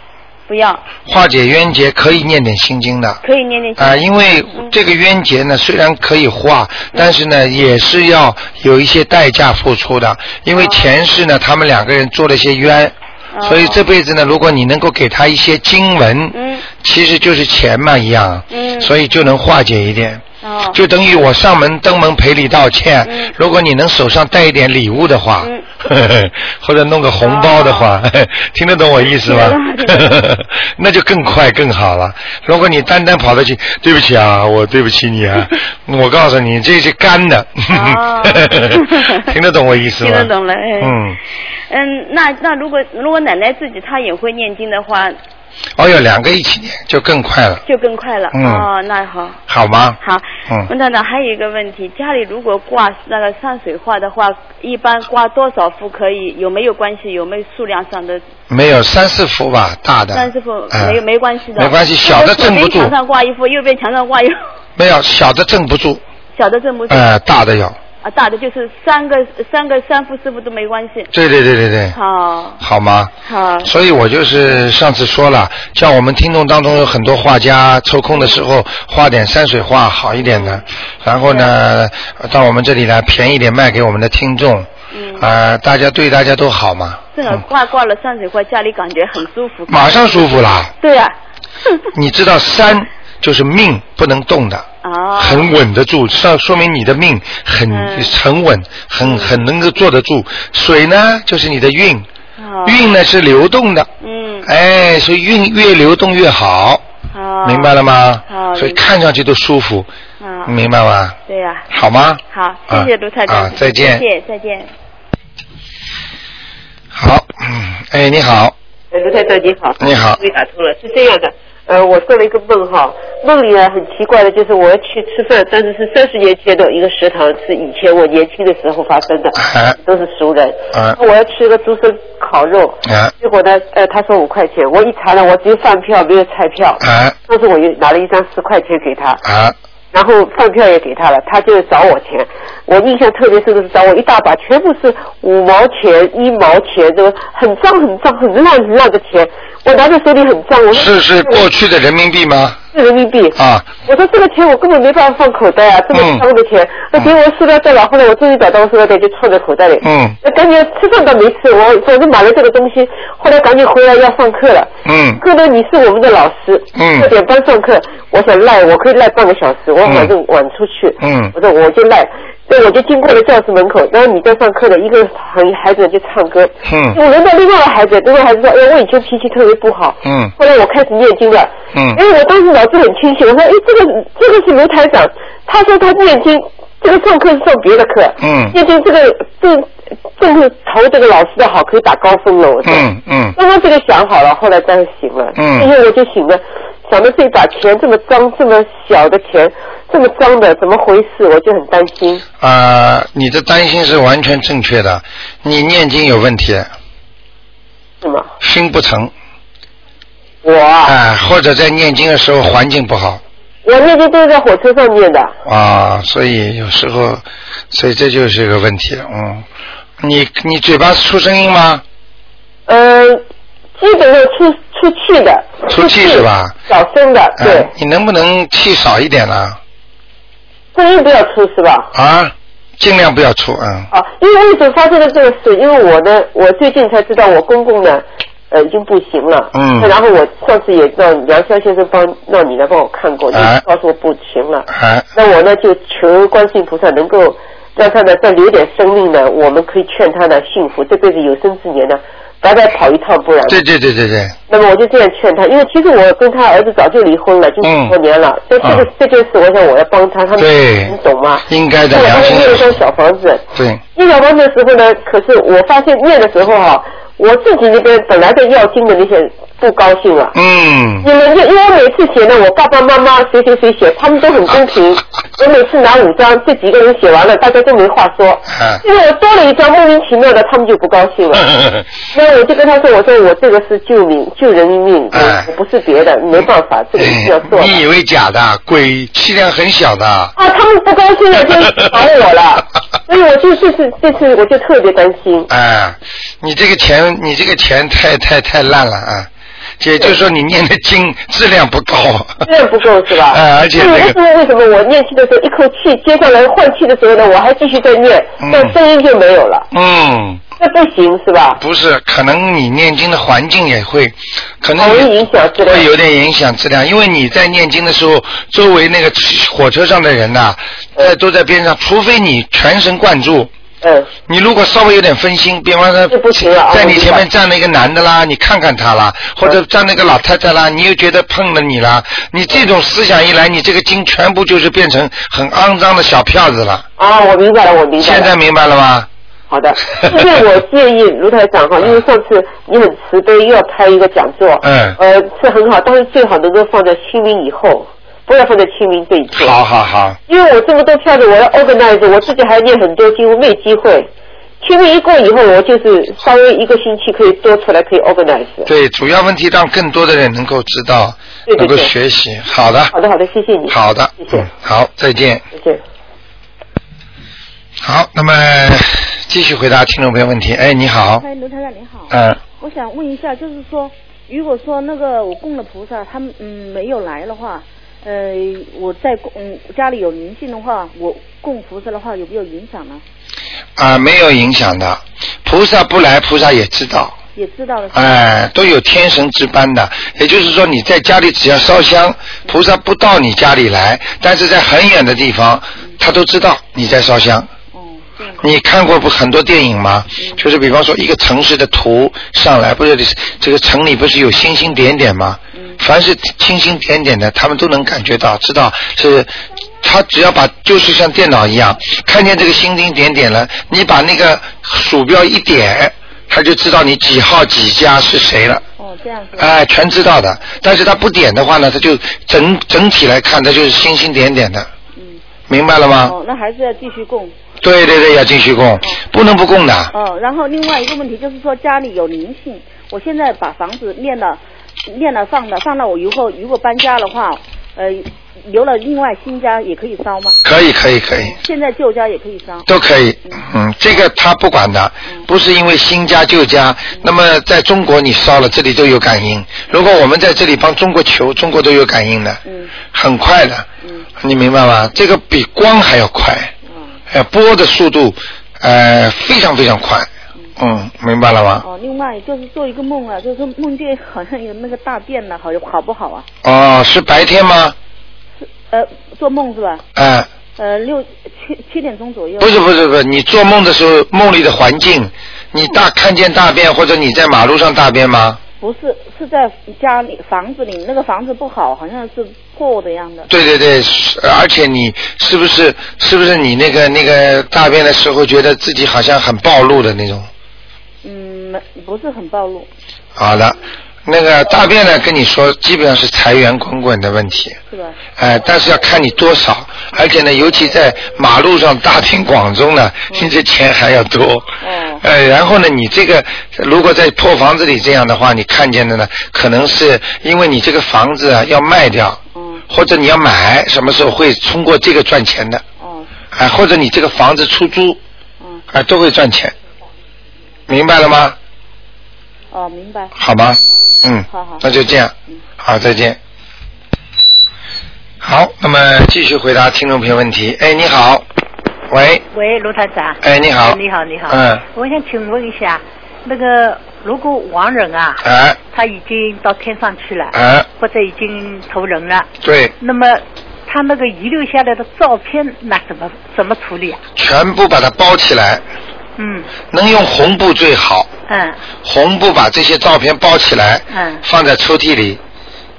S6: 不要。
S1: 化解冤结，可以念点心经的。
S6: 可以念念经。嗯
S1: 啊，因为这个冤结呢，虽然可以化，但是呢，也是要有一些代价付出的。因为前世呢，他们两个人做了些冤，
S6: 哦
S1: 所以这辈子呢，如果你能够给他一些经文，
S6: 嗯
S1: 其实就是钱嘛一样，
S6: 嗯
S1: 所以就能化解一点。
S6: 哦
S1: 就等于我上门登门赔礼道歉
S6: 嗯。
S1: 如果你能手上带一点礼物的话
S6: 嗯， 哦
S1: 或者弄个红包的话， 听得懂我意思吗
S6: 听得懂听？
S1: 那就更快更好了。如果你单单跑得去，对不起啊，我对不起你 啊，我告诉你这是干的
S6: 哦，
S1: 嗯 听得懂我意思吗？
S6: 听得懂了哎
S1: 嗯，
S6: 嗯，那那如果如果奶奶自己她也会念经的话，
S1: 哦哟，两个一起念就更快了，
S6: 就更快了。
S1: 嗯
S6: 哦，那好。
S1: 好吗？
S6: 好，
S1: 嗯，
S6: 温团长还有一个问题，家里如果挂那个山水画的话，一般挂多少幅可以？有没有关系？有没有数量上的？
S1: 没有三四幅吧，大的。
S6: 三师傅
S1: 嗯
S6: 没有没关系的。
S1: 没关系，小的
S6: 如果
S1: 镇
S6: 左
S1: 不
S6: 边
S1: 住。
S6: 墙上挂一幅，右边墙上挂一 幅，
S1: 没有，小的镇不住，
S6: 小的镇不住。
S1: 呃，大的有。
S6: 啊，大的就是三个三个三幅四幅都没关系。
S1: 对对对对对，
S6: 好，
S1: 好吗？
S6: 好，
S1: 所以我就是上次说了，像我们听众当中有很多画家，抽空的时候画点山水画好一点的，然后呢到我们这里来便宜点卖给我们的听众，
S6: 嗯。
S1: 啊，大家对大家都好嘛，
S6: 正好挂挂了山水画，家里感觉很舒服。
S1: 马上舒服啦。
S6: 对呀、
S1: 你知道山就是命不能动的，
S6: 啊。
S1: 很稳得住，说说明你的命很
S6: 嗯
S1: 很稳，很很能够坐得住。水呢就是你的运，
S6: 哦。
S1: 运呢是流动的，
S6: 嗯。
S1: 哎，所以运越流动越好，
S6: 好。
S1: 明白了吗？
S6: 哦好
S1: 所以
S6: 明白
S1: 看上去都舒服，
S6: 啊。
S1: 明白吗？
S6: 对呀、
S1: 好吗？
S6: 好，谢谢卢太太。
S1: 啊，再见。
S6: 谢谢，再见。
S1: 好，嗯，哎，你好，
S7: 呃，卢太太你好，
S1: 你好
S7: 终于打通了，是这样的，呃，我做了一个梦哈，梦里呢啊很奇怪的，就是我要去吃饭，但是是三十年前的一个食堂，是以前我年轻的时候发生的，
S1: 哎
S7: 都是熟人，
S1: 哎
S7: 啊我要吃个竹笋烤肉，
S1: 哎
S7: 结果呢，呃，他说五块钱，我一查呢，我只有饭票没有菜票，
S1: 啊
S7: 当时我又拿了一张十块钱给他，
S1: 啊
S7: 然后饭票也给他了，他就找我钱。我印象特别深的是找我一大把，全部是五毛钱、一毛钱，这个很脏、很脏、很烂、很烂的钱。我拿在手里很脏。我说
S1: 是是
S7: 我
S1: 过去的人民币吗？
S7: 是人民币。
S1: 啊，
S7: 我说这个钱我根本没办法放口袋啊，这么脏的
S1: 嗯
S7: 钱，那给我塑料袋吧。后来我终于找到我塑料袋，就放在口袋里。
S1: 嗯
S7: 那赶紧吃饭倒没吃，我反正买了这个东西，后来赶紧回来要上课了。
S1: 嗯
S7: 哥呢，你是我们的老师，
S1: 嗯
S7: 六点半上课，我想赖，我可以赖半个小时，我反正晚出去，
S1: 嗯
S7: 我说我就赖，对，我就经过了教室门口，然后你在上课的一个孩孩子就唱歌，
S1: 嗯
S7: 我轮到另外一个孩子，另外一个孩子说，哎，我以前脾气特别不好，
S1: 嗯
S7: 后来我开始念经了，
S1: 嗯
S7: 因为我当时脑子很清醒，我说，哎，这个这个是卢台长，他说他念经，这个上课是上别的课，
S1: 嗯
S7: 念经这个正正是投这个老师的好，可以打高分了，我说。
S1: 嗯嗯
S7: 刚刚这个想好了，后来当然醒了。
S1: 嗯
S7: 因哎为我就醒了，想到这把钱这么脏，这么小的钱，这么脏的，怎么回事？我就很担心。
S1: 啊，你的担心是完全正确的，你念经有问题，
S7: 是吗？
S1: 心不诚，
S7: 我啊，
S1: 哎，或者在念经的时候环境不好
S7: 我那天都是在火车上念的。
S1: 啊，所以有时候，所以这就是一个问题，嗯。你你嘴巴出声音吗？
S7: 嗯，基本上出出气的。
S1: 出气是吧？
S7: 小声的，对，
S1: 哎你能不能气少一点呢、
S7: 声音不要出是吧？
S1: 啊，尽量不要出，嗯
S7: 啊，因为为什么发生了这个事？因为我呢，我最近才知道我公公呢，呃，已经不行了。
S1: 嗯
S7: 然后我上次也让梁霄先生帮让你来帮我看过，就
S1: 哎
S7: 告诉我不行了。
S1: 哎
S7: 那我呢就求观世音菩萨能够让他呢再留点生命呢，我们可以劝他呢幸福，这辈子有生之年呢白白跑一趟，不然。
S1: 对对对对对，
S7: 那么我就这样劝他，因为其实我跟他儿子早就离婚了，就
S1: 嗯
S7: 十多年了。所以这个、
S1: 嗯
S7: 这件事，我想我要帮他，他们
S1: 对
S7: 你懂吗？
S1: 应该的
S7: 所以我
S1: 良
S7: 帮
S1: 心
S7: 他念
S1: 的
S7: 了张小房子。
S1: 对，
S7: 念小房子的时候呢，可是我发现念的时候哈、我自己那边本来的要经的那些不高兴了。
S1: 嗯
S7: 你，们就因为我每次写呢，我爸爸妈妈谁谁谁写，他们都很公平。我每次拿五张，这几个人写完了，大家都没话说。
S1: 啊，
S7: 因为我多了一张，莫名其妙的，他们就不高兴了。那我就跟他说，我说我这个是救命，救人一命，
S1: 哎
S7: 我我不是别的，没办法，这个一定要做的。
S1: 你以为假的？鬼气量很小的。
S7: 啊，他们不高兴了就找我了，所以我就这次这次我就特别担心。
S1: 哎，你这个钱，你这个钱太太太烂了啊！也就是说，你念的经质量不高。
S7: 质量不够是吧？
S1: 哎而且
S7: 所以
S1: 这个
S7: 为什么为什么我念气的时候一口气接上来换气的时候呢，我还继续在念
S1: 嗯，
S7: 但声音就没有了，
S1: 嗯，
S7: 这不行是吧？
S1: 不是，可能你念经的环境也会，可能
S7: 容
S1: 也
S7: 易影响质量
S1: 会。有点影响质量，因为你在念经的时候，周围那个火车上的人呐、呃，都在边上，除非你全神贯注。
S7: 嗯
S1: 你如果稍微有点分心，比方说
S7: 就不行了啊
S1: 在你前面
S7: 我明白嗯
S1: 站了一个男的啦，你看看他啦，或者站那个老太太啦，你又觉得碰了你啦，你这种思想一来，你这个经全部就是变成很肮脏的小票子了。
S7: 啊，我明白了，我明白了。
S1: 现在明白了吗？啊
S7: 好的，因为我建议卢台长哈，因为上次你很慈悲，又要开一个讲座，
S1: 嗯
S7: 呃，是很好，但是最好能够放在清明以后，不要放在清明这一天。
S1: 好好好，
S7: 因为我这么多票子，我要 organize，我自己还念很多经，我没机会。清明一过以后，我就是稍微一个星期可以多出来，可以 organize。
S1: 对，主要问题让更多的人能够知道，
S7: 对
S1: 能
S7: 对
S1: 够
S7: 对
S1: 学习。好的，
S7: 好的，好的，谢谢你。，
S1: 好的，
S7: 谢谢
S1: 嗯，好，再见。
S7: 谢谢。
S1: 好，那么继续回答听众朋友问题。哎，你好，
S8: 嗨，卢台长你好，
S1: 嗯
S8: 我想问一下，就是说，如果说那个我供了菩萨，他们嗯没有来的话，呃，我在供嗯家里有灵性的话，我供菩萨的话有没有影响呢？
S1: 啊，没有影响的，菩萨不来，菩萨也知道，
S8: 也知道了，
S1: 哎，都有天神值班的。也就是说，你在家里只要烧香，菩萨不到你家里来，但是在很远的地方，他都知道你在烧香。
S8: 哦，这样，
S1: 你看过不很多电影吗？就是比方说一个城市的图上来，不是这个城里不是有星星点点吗？凡是星星点点的，他们都能感觉到，知道是。他只要把就是像电脑一样，看见这个星星点点了，你把那个鼠标一点，他就知道你几号几家是谁了。
S8: 哦，这样子，
S1: 哎，全知道的。但是他不点的话呢，他就整整体来看，他就是星星点点的，
S8: 嗯，
S1: 明白了吗？
S8: 哦，那还是要继续供，
S1: 对对对，要继续供，不能不供的。
S8: 哦，然后另外一个问题就是说家里有灵性，我现在把房子念了，念了放了，放了我以后如果搬家的话，呃，留了另外新家也可以烧吗？
S1: 可以可以可以，
S8: 现在旧家也可以烧。
S1: 都可以，嗯，这个他不管的，不是因为新家旧家。那么在中国你烧了，这里都有感应。如果我们在这里帮中国求，中国都有感应的，很快的，你明白吗？这个比光还要快，呃，波的速度，呃，非常非常快，嗯，明白了吗？
S8: 哦，另外就是做一个梦啊，就是梦见好像有那个大便呢，好好不好啊？
S1: 哦，是白天吗？
S8: 呃，做梦是吧？
S1: 哎、
S8: 呃，六七七点钟左右。
S1: 不是不是不是，你做梦的时候梦里的环境，你大看见大便或者你在马路上大便吗？
S8: 不是，是在家里房子里，那个房子不好，好像是破的样的。
S1: 对对对，是而且你是不是是不是你那个那个大便的时候觉得自己好像很暴露的那种？
S8: 嗯，没不是很暴露，
S1: 好了，那个大便呢，跟你说基本上是财源滚滚的问题。
S8: 是吧？
S1: 哎，但是要看你多少，而且呢，尤其在马路上大庭广众呢，
S8: 嗯
S1: 你这钱还要多。哦。呃，然后呢，你这个如果在破房子里这样的话，你看见的呢，可能是因为你这个房子啊要卖掉，嗯，或者你要买，什么时候会通过这个赚钱的？哦。
S8: 嗯
S1: 哎，或者你这个房子出租，嗯，哎，都会赚钱，明白了吗？
S8: 哦，明白。
S1: 好吗？嗯，
S8: 好好嗯
S1: 那就这样，好，再见。好，那么继续回答听众朋友问题。哎，你好，喂，
S9: 喂，卢台长。
S1: 哎你好
S9: 你好，你好。
S1: 嗯。
S9: 我想请问一下，那个如果亡人啊，
S1: 哎
S9: 他已经到天上去了，
S1: 哎，
S9: 或者已经投人了，
S1: 对，
S9: 那么他那个遗留下来的照片，那怎么怎么处理啊？
S1: 全部把它包起来，
S9: 嗯
S1: 能用红布最好，
S9: 嗯
S1: 红布把这些照片包起来，
S9: 嗯，
S1: 放在抽屉里，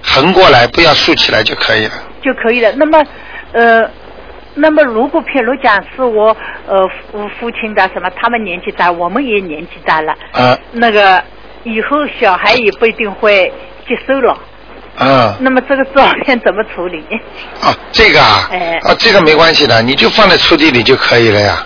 S1: 横过来，不要竖起来就可以了。
S9: 就可以了。那么，呃。那么，如果譬如讲是我呃父父亲的什么，他们年纪大，我们也年纪大了，
S1: 啊
S9: 那个以后小孩也不一定会接受了。
S1: 啊
S9: 那么这个照片怎么处理？
S1: 啊，这个啊，
S9: 哎
S1: 啊，这个没关系的，你就放在抽屉里就可以了呀，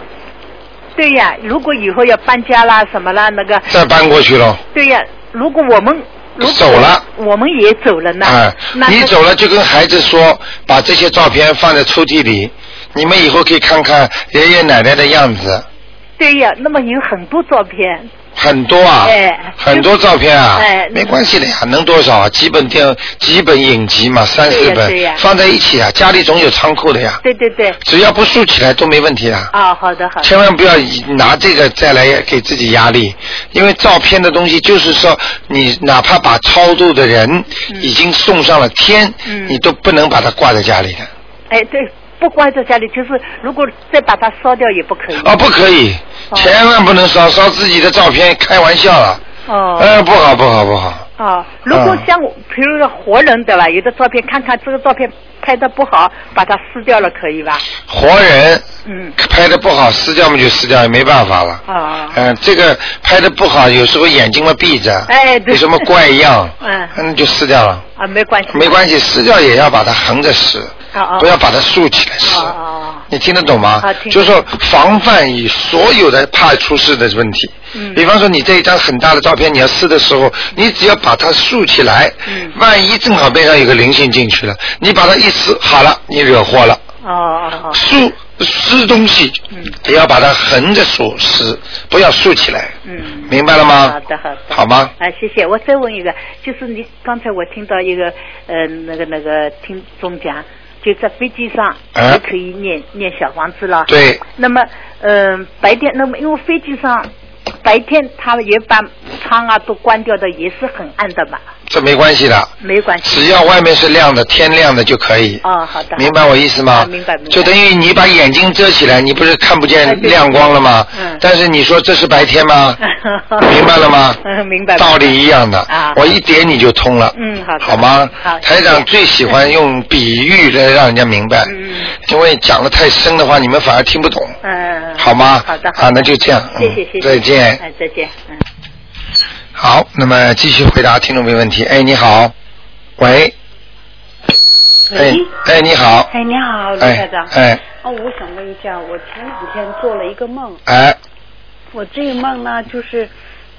S9: 对呀，如果以后要搬家啦什么啦，那个
S1: 再搬过去喽。
S9: 对呀，如果我们如果
S1: 走了，
S9: 我们也走了呢，
S1: 啊，
S9: 那
S1: 你
S9: 这
S1: 走了就跟孩子说，把这些照片放在抽屉里，你们以后可以看看爷爷奶奶的样子，
S9: 对呀，那么有很多照片，
S1: 很多啊，
S9: 哎
S1: 很多照片啊，
S9: 哎
S1: 没关系的呀，能多少啊？几本电，几本影集嘛，三四
S9: 对呀
S1: 本
S9: 对呀
S1: 放在一起啊，家里总有仓库的呀，
S9: 对对对，
S1: 只要不竖起来都没问题啊。
S9: 啊，好的好的，
S1: 千万不要以拿这个再来给自己压力，因为照片的东西就是说，你哪怕把超度的人已经送上了天，
S9: 嗯
S1: 你都不能把它挂在家里的。
S9: 哎对，不关在家里，就是如果再把它烧掉也不可以，
S1: 啊，不可以，千万不能烧烧自己的照片，开玩笑了，
S9: 哦，
S1: 哎，不好不好不好，
S9: 哦，如果像我比如说活人对吧，有的照片看看这个照片拍的不好，把它撕掉了可以吧？
S1: 活人
S9: 嗯，
S1: 拍的不好撕掉嘛就撕掉，也没办法了。
S9: 啊，
S1: 嗯、这个拍的不好，有时候眼睛嘛闭着，
S9: 哎对
S1: 有什么怪样，
S9: 嗯
S1: 嗯，就撕掉了，
S9: 啊没关系，
S1: 没关系，撕掉也要把它横着撕，
S9: 啊啊，
S1: 不要把它竖起来
S9: 啊
S1: 撕。
S9: 啊啊，
S1: 你听得懂吗
S9: 啊？听得懂
S1: 就是说防范以所有的怕出事的问题。
S9: 嗯
S1: 比方说你这一张很大的照片，你要撕的时候，你只要把它竖起来，
S9: 嗯
S1: 万一正好边上有个灵性进去了，你把它一撕，好了，你惹祸了。
S9: 哦哦哦。
S1: 竖撕东西，
S9: 嗯
S1: 也要把它横着竖撕，不要竖起来。
S9: 嗯
S1: 明白了吗
S9: 好的，好的。
S1: 好吗
S9: 啊，谢谢。我再问一个，就是你刚才我听到一个呃那个那个听众讲，就在飞机上
S1: 啊
S9: 也可以念、念小房子了。。
S1: 对，
S9: 那么，嗯、白天，那么因为飞机上白天他们也把窗啊都关掉的，也是很暗的嘛，
S1: 这没关系的，
S9: 没关系。
S1: 只要外面是亮的，天亮的就可以。
S9: 哦，好的。
S1: 明白我 意思吗？
S9: 啊明白明白
S1: 就等于你把眼睛遮起来，你不是看不
S9: 哎
S1: 见
S9: 对
S1: 亮光了吗？
S9: 嗯
S1: 但是你说这是白天吗？明
S9: 明
S1: 白了吗？
S9: 嗯，明白。
S1: 道理一样的。
S9: 啊
S1: 我一点你就通了。
S9: 嗯好的
S1: 好吗？
S9: 好
S1: 台
S9: 谢
S1: 长
S9: 谢
S1: 最喜欢用比喻来让人家明白。
S9: 嗯嗯
S1: 因为讲的太深的话，你们反而听不懂。
S9: 嗯，
S1: 好吗
S9: 好的，好的
S1: 啊那就这样
S9: 谢谢，
S1: 嗯
S9: 谢谢，
S1: 再见
S9: 哎，再见，嗯。
S1: 好，那么继续回答听众朋友问题。哎，你好，喂，哎
S10: 喂，
S1: 哎，你好，
S10: 哎，你好，卢
S1: 哎
S10: 台长。，
S1: 哎，
S10: 哦，我想问一下，我前几天做了一个梦，
S1: 哎，
S10: 我这个梦呢，就是，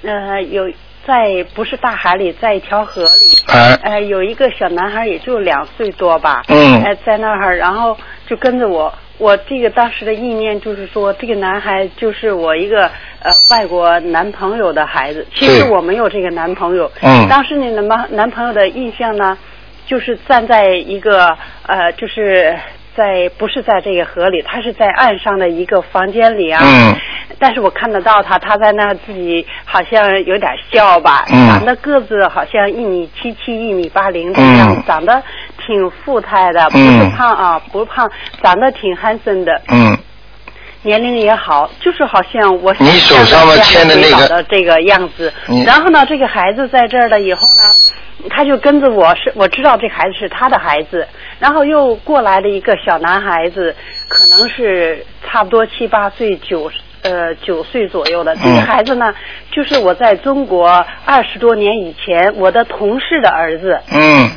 S10: 呃，有在不是大海里，在一条河里，
S1: 哎
S10: 呃，有一个小男孩，也就两岁多吧，
S1: 嗯
S10: 呃，在那儿，然后就跟着我。我这个当时的意念就是说，这个男孩就是我一个呃外国男朋友的孩子。其实
S11: 对
S10: 我没有这个男朋友。
S11: 嗯
S10: 当时你的男男朋友的印象呢，就是站在一个呃，就是在不是在这个河里，他是在岸上的一个房间里啊。
S11: 嗯
S10: 但是我看得到他，他在那自己好像有点笑吧，
S11: 嗯
S10: 长得个子好像一米七七、一米八零这样，
S11: 嗯
S10: 长得挺富态的，不
S11: 嗯
S10: 是胖啊，不是胖，长得挺憨森的，
S1: 嗯，
S10: 年龄也好，就是好像我
S1: 你手上面牵的那个
S10: 想象的这个样子
S1: 你。
S10: 然后呢，这个孩子在这儿了以后呢。他就跟着我是，我知道这孩子是他的孩子，然后又过来了一个小男孩子，可能是差不多七八岁、九呃九岁左右的。这个
S11: 嗯
S10: 孩子呢，就是我在中国二十多年以前我的同事的儿子。
S1: 嗯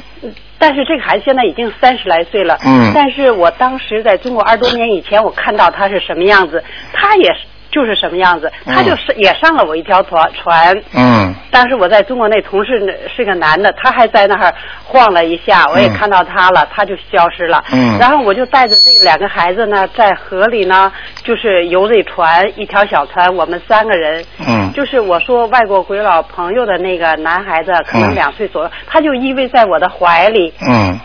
S10: 但是这个孩子现在已经三十来岁了，
S11: 嗯
S10: 但是我当时在中国二十多年以前，我看到他是什么样子，他也是就是什么样子，
S11: 嗯
S10: 他就是、也上了我一条船船。
S1: 嗯
S10: 当时我在中国那同事呢是个男的，他还在那儿晃了一下，我也
S11: 嗯
S10: 看到他了，他就消失了。
S11: 嗯
S10: 然后我就带着这两个孩子呢，在河里呢，就是游这船，一条小船，我们三个人。
S11: 嗯
S10: 就是我说外国鬼佬朋友的那个男孩子，可能
S11: 嗯
S10: 两岁左右，他就依偎在我的怀里。
S1: 嗯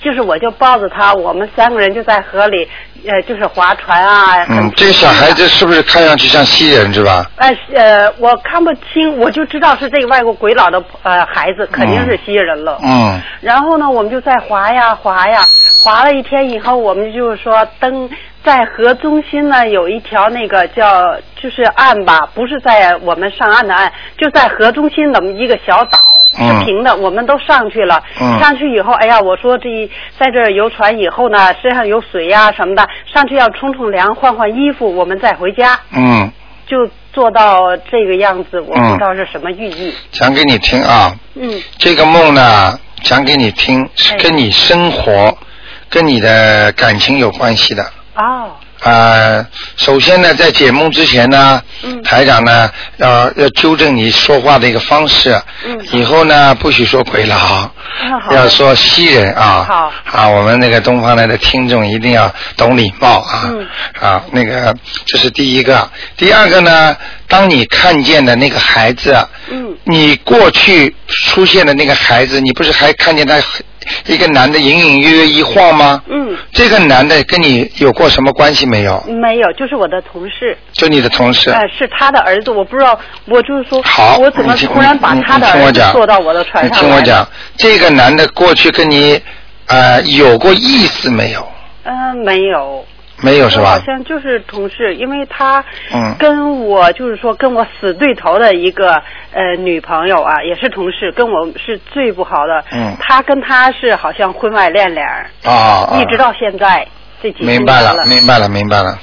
S10: 就是我就抱着他，我们三个人就在河里，呃，就是划船啊。
S1: 嗯，这个小孩子是不是看上去像西人是吧？
S10: 呃呃，我看不清，我就知道是这个外国鬼佬的呃孩子，肯定是西人了。
S12: 哦
S1: 嗯
S10: 然后呢，我们就在划呀划呀，划了一天以后，我们就是说登在河中心呢有一条那个叫就是岸吧，不是在我们上岸的岸，就在河中心的一个小岛。
S11: 嗯
S10: 是平的，我们都上去了。
S11: 嗯
S10: 上去以后，哎呀，我说这一在这儿游船以后呢，身上有水呀、什么的，上去要冲冲凉，换换衣服，我们再回家。
S1: 嗯，
S10: 就做到这个样子，我
S1: 嗯
S10: 不知道是什么寓意。
S1: 讲给你听啊，
S10: 嗯
S1: 这个梦呢，讲给你听是跟你生活、跟你的感情有关系的。
S10: 哦，
S1: 呃，首先呢，在解梦之前呢，台长呢要要纠正你说话的一个方式，以后呢不许说鬼佬，要说西人啊，
S11: 好
S1: 啊，我们那个东方来的听众一定要懂礼貌啊，
S10: 嗯
S6: 嗯
S1: 啊，那个这是第一个，第二个呢，当你看见的那个孩子，啊
S11: 嗯
S1: 你过去出现的那个孩子，你不是还看见他一个男的隐隐约约一晃吗？
S10: 嗯，
S1: 这个男的跟你有过什么关系没有？
S10: 没有，就是我的同事。
S1: 就你的同事。
S10: 哎、是他的儿子，我不知道，我就是说，
S1: 好，
S10: 我怎么
S1: 你听
S10: 突然把
S1: 你
S10: 他的
S1: 你听
S10: 儿
S1: 我
S10: 子
S1: 讲
S10: 坐到我的船上
S1: 你听
S10: 来
S1: 我讲，这个男的过去跟你呃有过意思没有？
S10: 嗯、没有。
S1: 没有是
S10: 我好
S1: 吧？
S10: 像就是同事，因为他
S1: 嗯
S10: 跟我、就是说跟我死对头的一个呃女朋友啊，也是同事，跟我是最不好的。
S1: 嗯
S10: 他跟他是好像婚外恋恋儿，
S1: 啊啊
S10: 一！直到现在这几
S1: 明白
S10: 了
S1: 了，，明白了，明白了。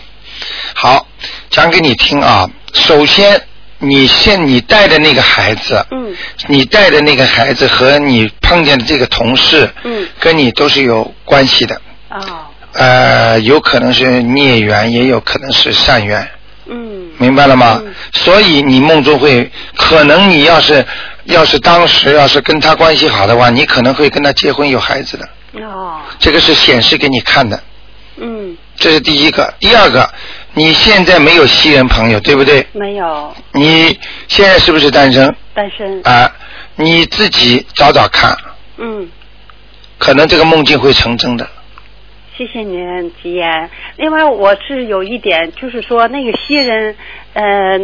S1: 好，讲给你听啊。首先，你现你带的那个孩子，
S10: 嗯，
S1: 你带的那个孩子和你碰见的这个同事，
S10: 嗯，
S1: 跟你都是有关系的。
S10: 啊，
S1: 呃，有可能是孽缘，也有可能是善缘。
S10: 嗯，
S1: 明白了吗？所以你梦中会，可能你要是要是当时要是跟他关系好的话，你可能会跟他结婚有孩子的。
S10: 哦，
S1: 这个是显示给你看的，
S10: 嗯，
S1: 这是第一个。第二个，你现在没有西人朋友，对不对？
S10: 没有
S1: 你现在是不是单身
S10: 单身，
S1: 啊、你自己找找看，
S10: 嗯。
S1: 可能这个梦境会成真的。
S10: 谢谢您，吉言。另外，我是有一点，就是说那个西人，呃，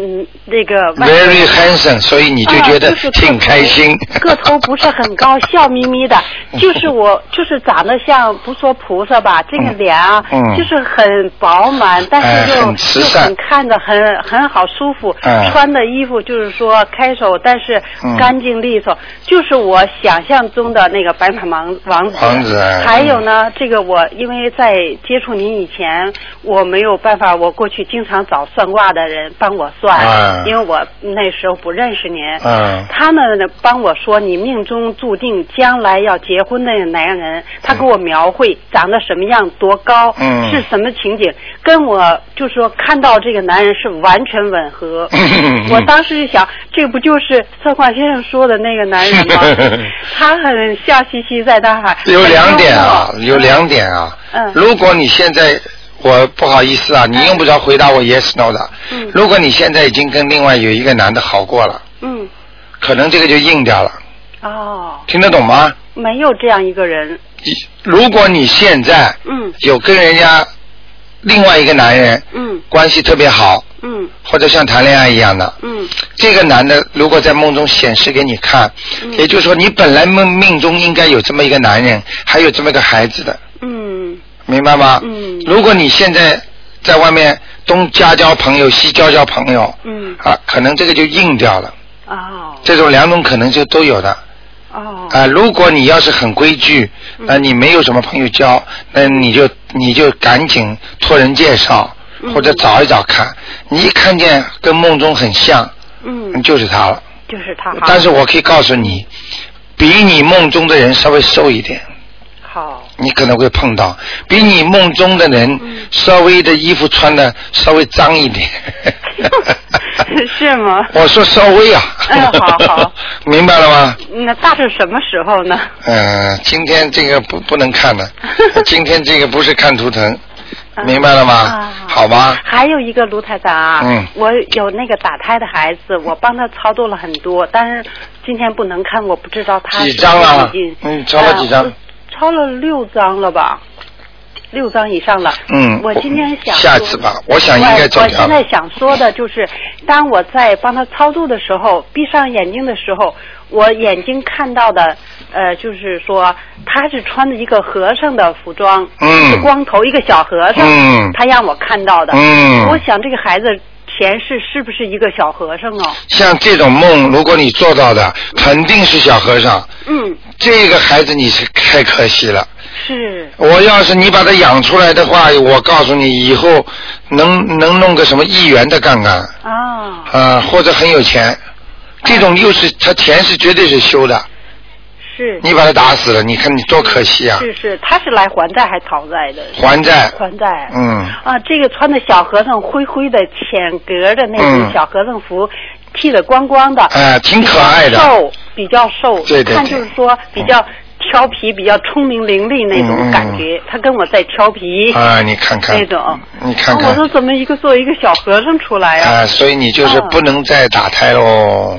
S10: 那个外
S1: Very handsome，所以你就觉得
S10: 啊就是
S1: 挺开心。
S10: 个头不是 很高，笑眯眯的，就是我就是长得像不说菩萨吧，这个脸啊，
S1: 嗯
S10: 就是很饱满，但
S1: 哎
S10: 是又、
S1: 很慈
S10: 又
S1: 善
S10: 很看着很很好舒服，
S1: 哎
S10: 穿的衣服就是说开手，但是
S1: 嗯
S10: 干净利索，就是我想象中的那个白马王王子。
S1: 王子哎
S10: 还有呢，这个我因为在接触您以前，前我没有办法，我过去经常找算卦的人帮我算，
S11: 哎
S10: 因为我那时候不认识您。
S11: 嗯
S10: 他们帮我说，你命中注定将来要结婚的男人，他给我描绘长得什么样，多高，
S11: 嗯
S10: 是什么情景，跟我就说看到这个男人是完全吻 合。我当时就想，这不就是算卦先生说的那个男人吗？他很笑嘻嘻在那喊。
S1: 有两点啊，有两点啊。
S10: 嗯
S1: 如果你现在，我不好意思啊，你用不着回答我 yes no 的。如果你现在已经跟另外有一个男的好过了，
S10: 嗯，
S1: 可能这个就硬掉了，
S10: 哦，
S1: 听得懂吗？
S10: 没有这样一个人。
S1: 如果你现在
S10: 嗯
S1: 有跟人家另外一个男人
S10: 嗯
S1: 关系特别好，
S10: 嗯
S1: 或者像谈恋爱一样的，
S10: 嗯
S1: 这个男的如果在梦中显示给你看，
S10: 嗯
S1: 也就是说你本来命命中应该有这么一个男人，还有这么一个孩子的，
S10: 嗯
S1: 明白吗？
S10: 嗯
S1: 如果你现在在外面东交交朋友，西交交朋友，
S10: 嗯
S1: 啊，可能这个就硬掉了。
S10: 哦
S1: 这种两种可能就都有的。
S10: 哦
S1: 啊，如果你要是很规矩，
S10: 嗯
S1: 那你没有什么朋友交，那你就你就赶紧托人介绍，
S10: 嗯
S1: 或者找一找看。你一看见跟梦中很像，
S10: 嗯，
S1: 就是他了。
S10: 就是他。
S1: 但是我可以告诉你，比你梦中的人稍微瘦一点。
S10: 好。
S1: 你可能会碰到比你梦中的人
S10: 嗯
S1: 稍微的衣服穿的稍微脏一 点。
S10: 是吗？
S1: 我说稍微啊。
S10: 嗯好好。
S1: 明白了吗？
S10: 那大致什么时候呢？
S1: 嗯，今天这个不不能看 的，今天这个不是看图腾，明白了吗
S10: 啊？
S1: 好吧，
S10: 还有一个卢台长啊，
S1: 嗯
S10: 我有那个打胎的孩子，我帮他操作了很多，但是今天不能看，我不知道他
S1: 几张啊
S10: 已经？
S1: 嗯，抄了几张？
S10: 呃超了六张了吧，六张以上了。
S1: 嗯
S10: 我今天想
S1: 下
S10: 说
S1: 次吧我想应该走
S10: 我我
S1: 掉了
S10: 现在想说的就是，当我在帮他操作的时候，闭上眼睛的时候，我眼睛看到的，呃，就是说他是穿着一个和尚的服装，
S11: 嗯
S10: 是光头一个小和尚，
S11: 嗯
S10: 他让我看到的。
S1: 嗯
S10: 我想这个孩子前世是不是一个小和尚哦？
S1: 像这种梦，如果你做到的，肯定是小和尚。
S10: 嗯，
S1: 这个孩子你是太可惜了。
S10: 是。
S1: 我要是你把他养出来的话，我告诉你，以后能能弄个什么亿元的杠杆。
S12: 哦
S1: 啊。啊，或者很有钱，这种又是他钱是绝对是修的。
S10: 是。
S1: 你把他打死了，你看你多可惜啊！
S10: 是是，他是来还债还讨债的？
S1: 还债
S10: 还债。
S1: 嗯，
S10: 啊，这个穿的小和尚灰灰的、浅格的那种
S1: 嗯
S10: 小和尚服，剃得光光的。
S1: 哎挺可爱的
S10: 比较瘦，比较瘦，
S1: 对对
S10: 看
S1: 对
S10: 就是说比较调皮、比较聪明伶俐那种感觉。他跟我在调皮。
S1: 嗯啊你看看
S10: 那种。
S1: 你看
S10: 啊我
S1: 看
S10: 说怎么一个做一个小和尚出来呀？
S1: 啊，所以你就是
S10: 啊
S1: 不能再打胎喽，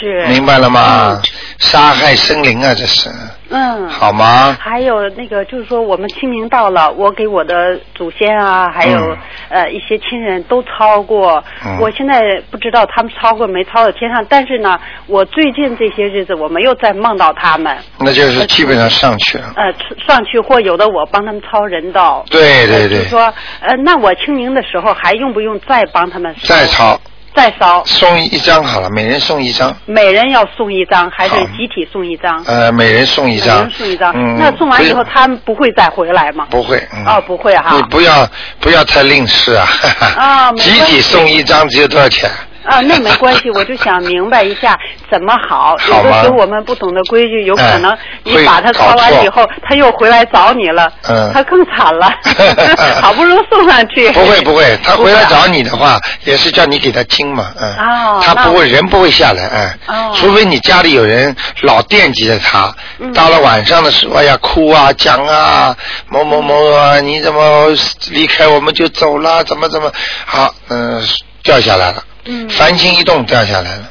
S10: 是。
S1: 明白了吗？杀害生灵啊，这是
S10: 嗯。
S1: 好吗？
S10: 还有那个，就是说我们清明到了，我给我的祖先啊，还有、
S1: 嗯
S10: 呃一些亲人都超过。
S1: 嗯
S10: 我现在不知道他们超过没超到天上，但是呢，我最近这些日子我没有再梦到他们。
S1: 那
S10: 嗯
S1: 就是基本上上去了。
S10: 呃，上去或有的我帮他们超人道。
S1: 对对
S10: 呃就
S1: 对
S10: 是说，呃，那我清明的时候还用不用再帮他们
S1: 再抄
S10: 再烧？
S1: 送一张好了，每人送一张，
S10: 每人要送一张，还是
S1: 好
S10: 集体送一张？
S1: 呃，每人送一
S10: 每
S1: 张
S10: 人。送一张。
S1: 嗯
S10: 那送完以
S1: 不
S10: 后，
S1: 是
S10: 他们不会再回来吗？
S1: 不会，嗯，
S10: 哦，不会哈。
S1: 你不要不要太吝啬啊，哈哈
S10: 啊没关
S1: 集
S10: 系
S1: 体送一张只有多少钱？
S10: 啊，那没关系，我就想明白一下怎 么好。
S1: 好
S10: 有的
S1: 吗
S10: 时候我们不懂得规矩，有可能
S1: 哎
S10: 你
S1: 会
S10: 把他
S1: 搞
S10: 操完
S1: 错
S10: 以后，他又回来找你了，
S1: 嗯
S10: 他更 惨了， 好不容易送上去。
S1: 不会 不会，他回来
S10: 不会啊
S1: 找你的话，也是叫你给他经嘛，嗯，
S10: 哦
S1: 他不会
S10: 那
S1: 人不会下来，哎、
S10: 哦
S1: 除非你家里有人老惦记着他，
S10: 嗯
S1: 到了晚上的时候，哎呀哭啊讲啊，某某某啊，你怎么离开我们就走了，怎么怎么，好，嗯、掉下来了，
S10: 嗯
S1: 烦心一动掉下来了，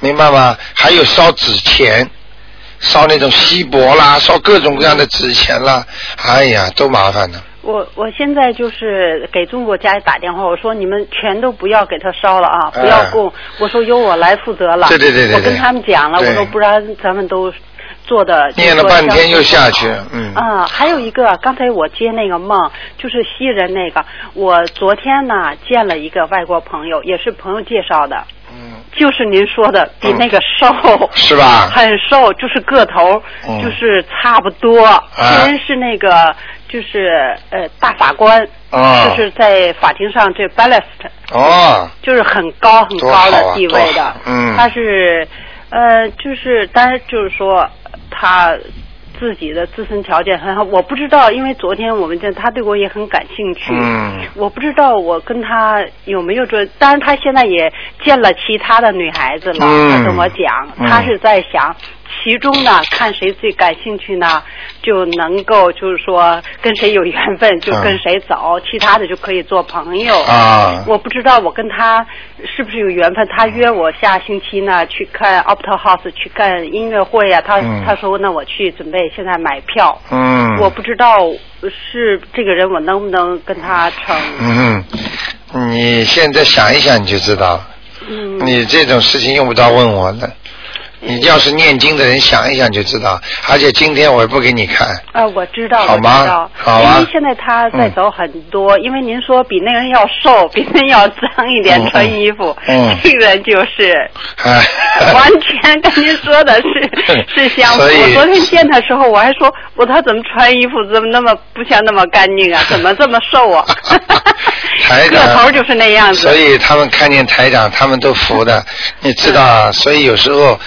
S1: 明白吗？还有烧纸钱。烧那种锡箔啦，烧各种各样的纸钱啦，哎呀，都麻烦的。
S10: 我我现在就是给中国家里打电话，我说你们全都不要给他烧了啊，不要
S1: 哎
S10: 供，我说由我来负责了。
S1: 对对对对
S10: 我跟
S1: 对
S10: 他们讲了，我
S1: 对
S10: 说不然咱们都做的。就是
S1: 念了
S10: 说
S1: 半天
S10: 像
S1: 又下去，嗯。
S10: 啊，还有一个，刚才我接那个梦，就是西人那个。我昨天呢见了一个外国朋友，也是朋友介绍的，
S1: 嗯，
S10: 就是您说的比那个瘦，
S1: 是吧
S10: 很瘦，就是个头，
S1: 嗯
S10: 就是差不多，
S1: 啊
S10: 先是那个就是呃大法官，
S1: 啊
S10: 就是在法庭上这 ballast，
S1: 哦，
S10: 就是很高很
S1: 多好
S10: 高
S1: 啊
S10: 的地位
S1: 多
S10: 的。
S1: 好嗯
S10: 他是呃，就是但是就是说他自己的自身条件很好，我不知道，因为昨天我们见他对我也很感兴趣。
S1: 嗯
S10: 我不知道我跟他有没有准，当然他现在也见了其他的女孩子了，
S11: 嗯
S10: 他跟我讲，
S11: 嗯
S10: 他是在想。其中呢，看谁最感兴趣呢，就能够就是说跟谁有缘分就跟谁走，其他的就可以做朋友。
S1: 嗯啊
S10: 我不知道我跟他是不是有缘分，他约我下星期呢去看 Opera House 去看音乐会啊，他、
S1: 嗯
S10: 他说那我去准备现在买票。
S1: 嗯
S10: 我不知道是这个人，我能不能跟他成？
S1: 嗯哼，你现在想一想你就知道了。
S10: 嗯
S1: 你这种事情用不着问我的。你要是念经的人想一想就知道，而且今天我也不给你看。
S10: 啊，我知道，
S1: 好
S10: 我
S1: 吗
S10: 知道，
S1: 好啊嗯
S10: 因为现在他在走很多，因为您说比那个人要瘦， 比那人要脏一点，
S1: 嗯嗯
S10: 穿衣服，
S1: 嗯
S10: 这个人就是
S1: 哎，
S10: 完全跟您说的 是是相符。
S1: 所以
S10: 我昨天见他时候，我还说，我他怎么穿衣服怎么那么不像那么干净啊？怎么这么瘦 啊？
S1: 台
S10: 个头
S1: 长，
S10: 就是那样子。
S1: 所以他们看见台长，他们都服的，你知道
S10: 嗯
S1: 啊。所以有时候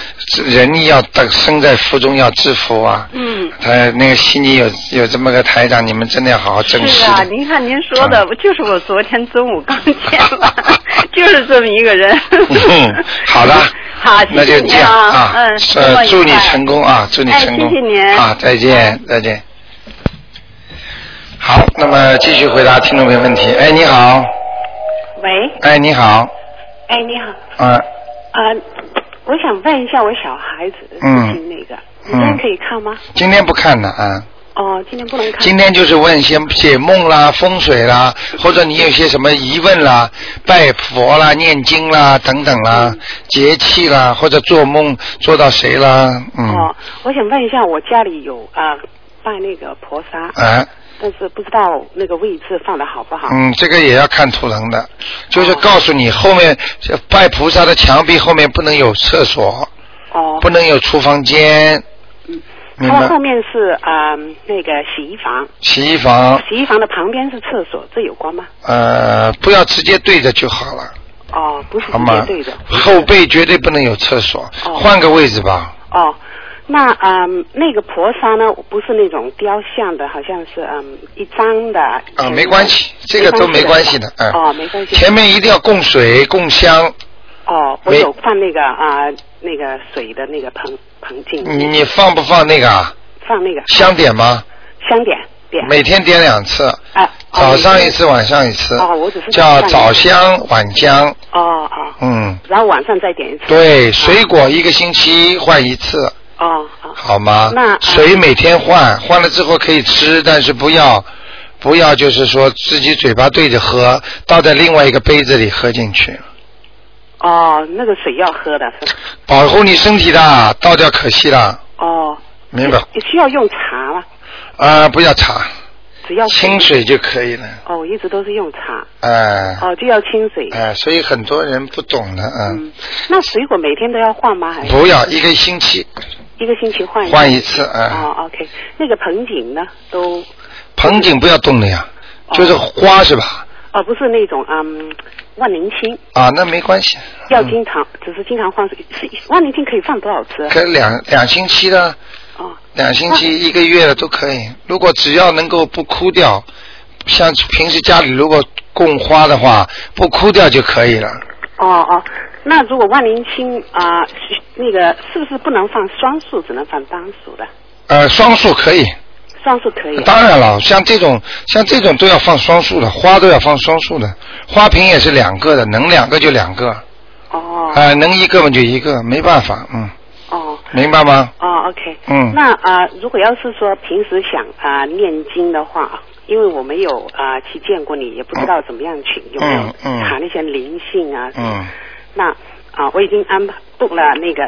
S1: 人要生在福中要知福啊。
S10: 嗯。
S1: 他那个悉尼有有这么个台长，你们真的要好好珍惜
S10: 是
S1: 的。嗯
S10: 啊，您看您说的，就是我昨天中午刚见了， 就是这么一个人。
S1: 嗯，好的，
S10: 好，谢
S1: 那就
S10: 谢您
S1: 这样啊，
S10: 嗯，周末
S1: 呃，
S10: 愉
S1: 祝你
S10: 快
S1: 成功啊，祝你成功，
S10: 哎、谢嗯谢您
S1: 啊，再见，再见。好，那么继续回答听众朋友问题。哎，你好，
S12: 喂，
S1: 哎，你好，
S12: 哎，你好，
S1: 啊，
S12: 呃，我想问一下我小孩子的
S1: 嗯
S12: 事情，那个、你今天可以看吗？
S1: 今天不看了啊，
S12: 哦，今天不能看。
S1: 今天就是问一些解梦啦、风水啦，或者你有些什么疑问啦、拜佛啦、念经啦等等啦、
S10: 嗯
S1: 节气啦，或者做梦做到谁啦，嗯，
S12: 哦，我想问一下，我家里有啊、呃拜那个菩萨，
S1: 哎。
S12: 但是不知道那个位置放的好不好？
S1: 嗯，这个也要看图腾的，就是告诉你后面这拜菩萨的墙壁后面不能有厕所，
S12: 哦，
S1: 不能有厨房间，明
S12: 它的
S1: 白
S12: 后？面是啊、呃那个洗衣房，
S1: 洗衣房，
S12: 洗衣房的旁边是厕所，这有关吗？
S1: 呃，不要直接对着就好了，
S12: 哦，不是直
S1: 好
S12: 接
S1: 吗
S12: 对着。？
S1: 后背绝对不能有厕所，
S12: 嗯哦
S1: 换个位置吧。
S12: 哦，那嗯，那个菩萨呢，不是那种雕像的，好像是嗯一张的。
S1: 啊，没关系，这个都没关系的，嗯。
S12: 嗯哦，没关系。
S1: 前面一定要供水供香，
S12: 哦，我
S1: 没
S12: 有放那个啊、那个水的那个盆盆镜，
S1: 你你放不放那个啊？
S12: 放那个
S1: 香点吗？
S12: 嗯香点点。哦
S1: 每天点两次，
S12: 啊，
S1: 早上一次，晚上一次，
S12: 哦，我只是
S1: 叫
S12: 放
S1: 早香晚香，
S12: 哦哦，
S1: 嗯。
S12: 然后晚上再点一次。
S1: 对，水果一个星期换一次，
S12: 哦，
S1: 好吗？
S12: 那
S1: 水每天换，换了之后可以吃，但是不要不要就是说自己嘴巴对着喝，倒在另外一个杯子里喝进去，
S12: 哦，那个水要喝的是吧？
S1: 保护你身体的，倒掉可惜了，
S12: 哦，
S1: 明白？
S12: 你需要用茶吗？
S1: 啊、不要茶，
S12: 只要水
S1: 清水就可以了，
S12: 哦，我一直都是用茶。
S1: 哎、
S12: 哦，就要清水。
S1: 哎、所以很多人不懂的，嗯，
S12: 那水果每天都要换吗？还是
S1: 不要一个星期
S12: 一个星期换一
S1: 换一次，嗯。
S12: 哦，OK，那个盆景呢，都
S1: 盆景不要动的呀，就是花是吧？
S12: 哦不是那种嗯万年青，
S1: 啊，那没关系，
S12: 要
S1: 嗯
S12: 经常，只是经常换水。是万年青可以放多少次？啊
S1: 可以两两星期的，
S12: 哦
S1: 两星期一个月的都可以。如果只要能够不枯掉，像平时家里如果供花的话，不枯掉就可以了。
S12: 哦哦，那如果万年青啊、是那个是不是不能放双数，只能放单数的？
S1: 呃，双数可以，
S12: 双数可以。
S1: 当然了，像这种像这种都要放双数的，花都要放双数的，花瓶也是两个的，能两个就两个，
S12: 哦
S1: 啊、能一个嘛就一个，没办法，嗯，
S12: 哦
S1: 明白吗？
S12: 哦，OK。
S1: 嗯
S12: 那啊、如果要是说平时想啊、念经的话，因为我没有啊、去见过你，也不知道怎么样去，有没有
S1: 嗯嗯
S12: 查那些灵性啊？
S1: 嗯，
S12: 那啊、我已经安排 book 了那个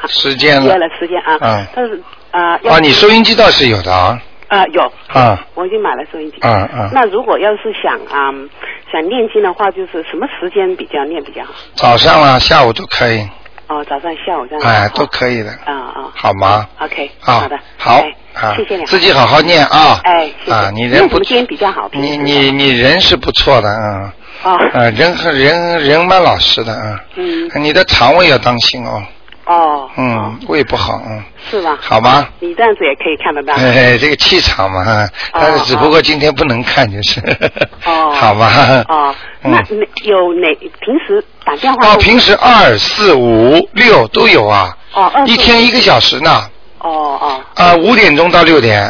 S12: 啊
S1: 时间了
S12: 约，了时间啊。
S1: 嗯
S12: 但是啊、要
S1: 啊，你收音机倒是有的啊，
S12: 啊、有，
S1: 啊
S12: 我已经买了收音机。
S1: 啊啊，
S12: 那如果要是想啊、想念经的话，就是什么时间比较念比较好？
S1: 早上啦、下午都可以。
S12: 哦，早上、下午这样。
S1: 哎，都可以的，
S12: 啊啊
S1: 好吗？
S12: ，OK，
S1: 啊
S12: 好的，
S1: 好
S12: 哎
S1: 啊
S12: 谢谢两位
S1: 自己好好念啊
S12: 哎，谢谢
S1: 啊你人
S12: 因为
S1: 不
S12: 我们今天比较好，平
S1: 你
S12: 时
S1: 你你人是不错的啊，
S12: 哦
S1: 啊人和人人蛮老实的啊，
S12: 嗯
S1: 你的肠胃要当心哦，
S12: 哦
S1: 嗯，胃不好，嗯，
S12: 是吧？
S1: 好吗？
S12: 你这样子也可以看得到，
S1: 哎，这个气场嘛，啊但是只不过今天不能看就是，
S12: 哦，
S1: 好吧？
S12: 哦，那哪有哪平时打电
S1: 嗯
S12: 话
S1: 哦，
S12: 都
S1: 平时二四五六都有啊，
S12: 哦二
S1: 一天一个小时呢，
S12: 哦哦
S1: 啊，五点钟到六点，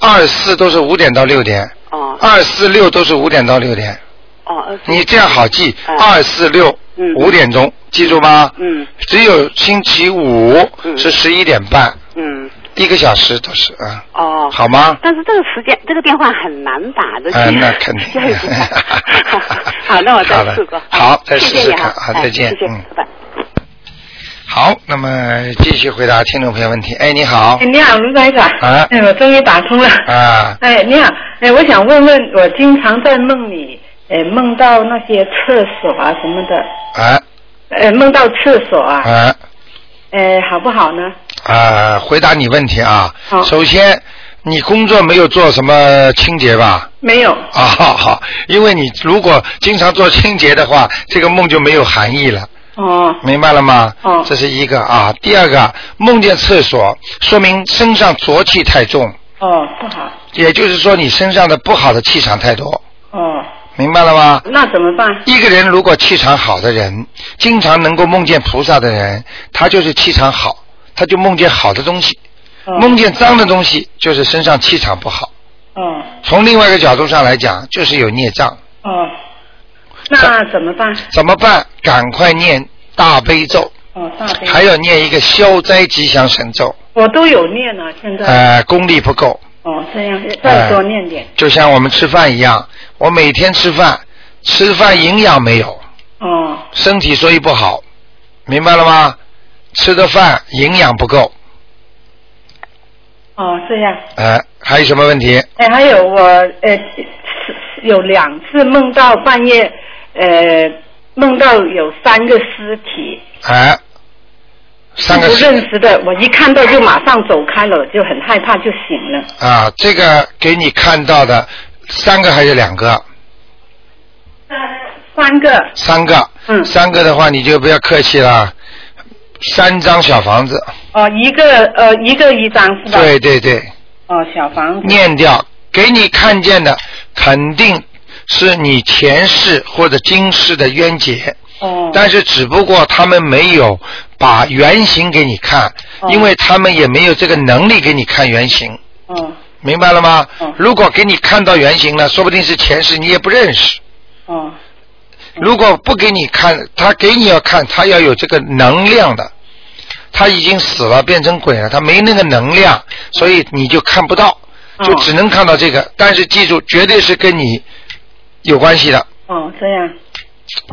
S1: 二四都是五点到六点，
S12: 哦
S1: 二四六都是五点到六点，
S12: 哦二十
S1: 你这样好记，二四六
S12: 嗯
S1: 五点钟，记住吗？
S12: 嗯
S1: 只有星期五是十一点半，
S12: 嗯
S1: 一个小时都是啊，
S12: 哦
S1: 好吗？
S12: 但是这个时间这个电话很难打的，
S1: 哎那肯 定
S12: 就是不打好，那我
S1: 好
S12: 再
S1: 的
S12: 试过，
S1: 好再
S12: 谢
S1: 试
S12: 谢
S1: 试
S12: 你
S1: 看
S12: 啊，
S1: 啊
S12: 哎
S1: 再见
S12: 谢谢，
S1: 嗯
S12: 拜拜。
S1: 好，那么继续回答听众朋友问题。哎，你好
S11: 哎，，你好，卢台长。
S1: 啊
S11: 哎，我终于打通了。
S1: 啊，
S11: 哎，你好，哎，我想问问，我经常在梦里，哎，梦到那些厕所啊什么的，
S1: 啊
S11: 哎，梦到厕所啊，
S1: 啊
S11: 哎，好不好呢？
S1: 啊，回答你问题啊。
S11: 好
S1: 首先，你工作没有做什么清洁吧？
S11: 没有。
S1: 啊，好好，因为你如果经常做清洁的话，这个梦就没有含义了。
S11: 哦，
S1: 明白了吗？
S11: 哦
S1: 这是一个啊。第二个，梦见厕所，说明身上浊气太重，
S11: 哦，不好，
S1: 也就是说你身上的不好的气场太多，
S11: 哦，
S1: 明白了吗？
S11: 那怎么办？
S1: 一个人如果气场好的人，经常能够梦见菩萨的人，他就是气场好，他就梦见好的东西。
S11: 哦
S1: 梦见脏的东西，就是身上气场不好。
S11: 哦
S1: 从另外一个角度上来讲，就是有孽障。
S11: 哦，那怎么办？
S1: 怎么办？赶快念大悲咒，
S11: 哦，大悲。
S1: 还有念一个消灾吉祥神咒。
S11: 我都有念了，现在。
S1: 呃，功力不够，
S11: 哦，这样
S1: 哎
S11: 再多念点。
S1: 就像我们吃饭一样，我每天吃饭，吃饭营养没有，
S11: 哦
S1: 身体所以不好，明白了吗？吃的饭营养不够，
S11: 哦，这样。
S1: 呃，还有什么问题？
S11: 哎，还有我呃有两次梦到半夜呃梦到有三个尸体，
S1: 哎、三个
S11: 不
S1: 是
S11: 认识的，我一看到就马上走开了，我就很害怕就醒了。
S1: 啊，这个给你看到的三个还是两个？
S11: 三个
S1: 三个。
S11: 嗯。
S1: 三个的话，你就不要客气了。三张小房子，
S11: 哦，一个呃一个一张是吧？
S1: 对。对对，
S11: 哦，小房子。
S1: 念掉，给你看见的肯定是你前世或者今世的冤结，
S11: 哦。
S1: 但是只不过他们没有把原型给你看，因为他们也没有这个能力给你看原型，
S11: 哦
S1: 明白了吗？如果给你看到原型了，说不定是前世你也不认识。
S11: 哦
S1: 如果不给你看，他给你要看，他要有这个能量的。他已经死了，变成鬼了，他没那个能量，所以你就看不到，就只能看到这个。但是记住，绝对是跟你有关系的，
S11: 哦，这样。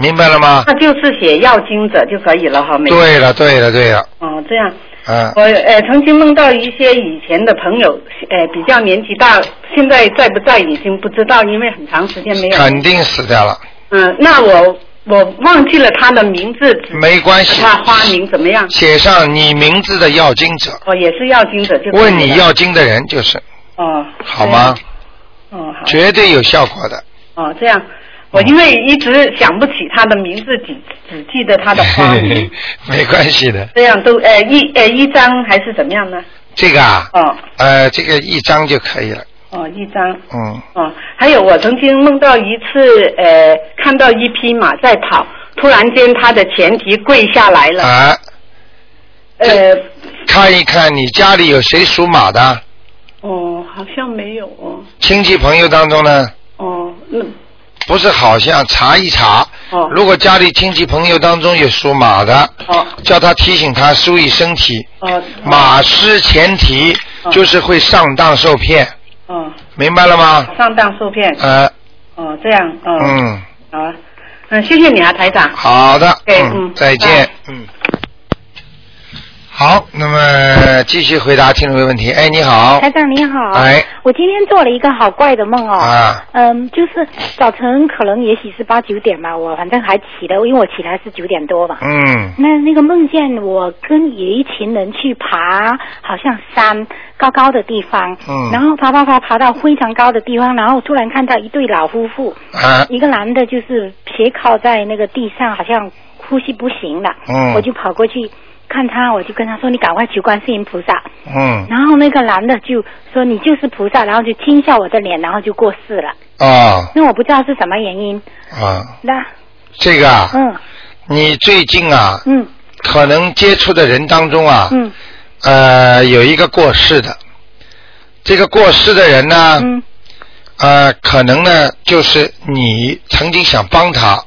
S1: 明白了吗？
S11: 那就是写要经者就可以了哈，每天
S1: 对了，对了，对了，
S11: 哦，这样。
S1: 嗯
S11: 我呃曾经梦到一些以前的朋友，呃比较年纪大，现在在不在已经不知道，因为很长时间没有。
S1: 肯定死掉了，
S11: 嗯，那我我忘记了他的名字，只
S1: 没关系。
S11: 他花名怎么样？
S1: 写上你名字的要经者，
S11: 我也是要经者就可以了
S1: 问你要经的人就是，
S11: 哦，
S1: 好吗？
S11: 哦好
S1: 绝对有效果的。
S11: 哦这样，我因为一直想不起他的名字，只只记得他的花名，
S1: 没关系的，
S11: 这样都呃一呃一张还是怎么样呢？
S1: 这个啊，
S11: 哦
S1: 呃，这个一张就可以了，
S11: 哦一张。
S1: 嗯。
S11: 哦，还有我曾经梦到一次，呃，看到一匹马在跑，突然间它的前蹄跪下来了。
S1: 啊，
S11: 呃，
S1: 看一看你家里有谁属马的，
S11: 哦，好像没有哦，
S1: 亲戚朋友当中呢，
S11: 哦，那
S1: 不是好像查一查。
S11: 哦
S1: 如果家里亲戚朋友当中有属马的，
S11: 哦
S1: 叫他提醒他注意身体。
S11: 哦
S1: 马失前蹄
S11: 哦
S1: 就是会上当受骗，
S11: 哦，
S1: 明白了吗？
S11: 上当受骗。
S1: 呃，
S11: 哦，这样，哦，
S1: 嗯，
S11: 好啊，嗯，谢谢你啊，台长。
S1: 好的，
S11: 对，
S1: 嗯
S11: 嗯，
S1: 再见，嗯。好，那么继续回答听众朋友问题。哎，你好
S13: 台，长您好，
S1: 哎
S13: 我今天做了一个好怪的梦哦，
S1: 啊
S13: 嗯，就是早晨可能也许是八九点吧，我反正还起的，因为我起来是九点多吧。
S1: 嗯
S13: 那那个梦见我跟有一群人去爬，好像山高高的地方，
S1: 嗯
S13: 然后爬爬爬爬到非常高的地方，然后突然看到一对老夫妇，
S1: 啊
S13: 一个男的就是斜靠在那个地上，好像呼吸不行了，
S1: 嗯
S13: 我就跑过去看他，我就跟他说：“你赶快求观世音菩萨。”
S1: 嗯，
S13: 然后那个男的就说你就是菩萨，然后就亲一下我的脸，然后就过世了。
S1: 啊
S13: 那我不知道是什么原因。
S1: 啊，
S13: 那
S1: 这个啊，
S13: 嗯
S1: 你最近啊，
S13: 嗯
S1: 可能接触的人当中啊，
S13: 嗯
S1: 呃，有一个过世的，这个过世的人呢，
S13: 嗯
S1: 呃，可能呢就是你曾经想帮他，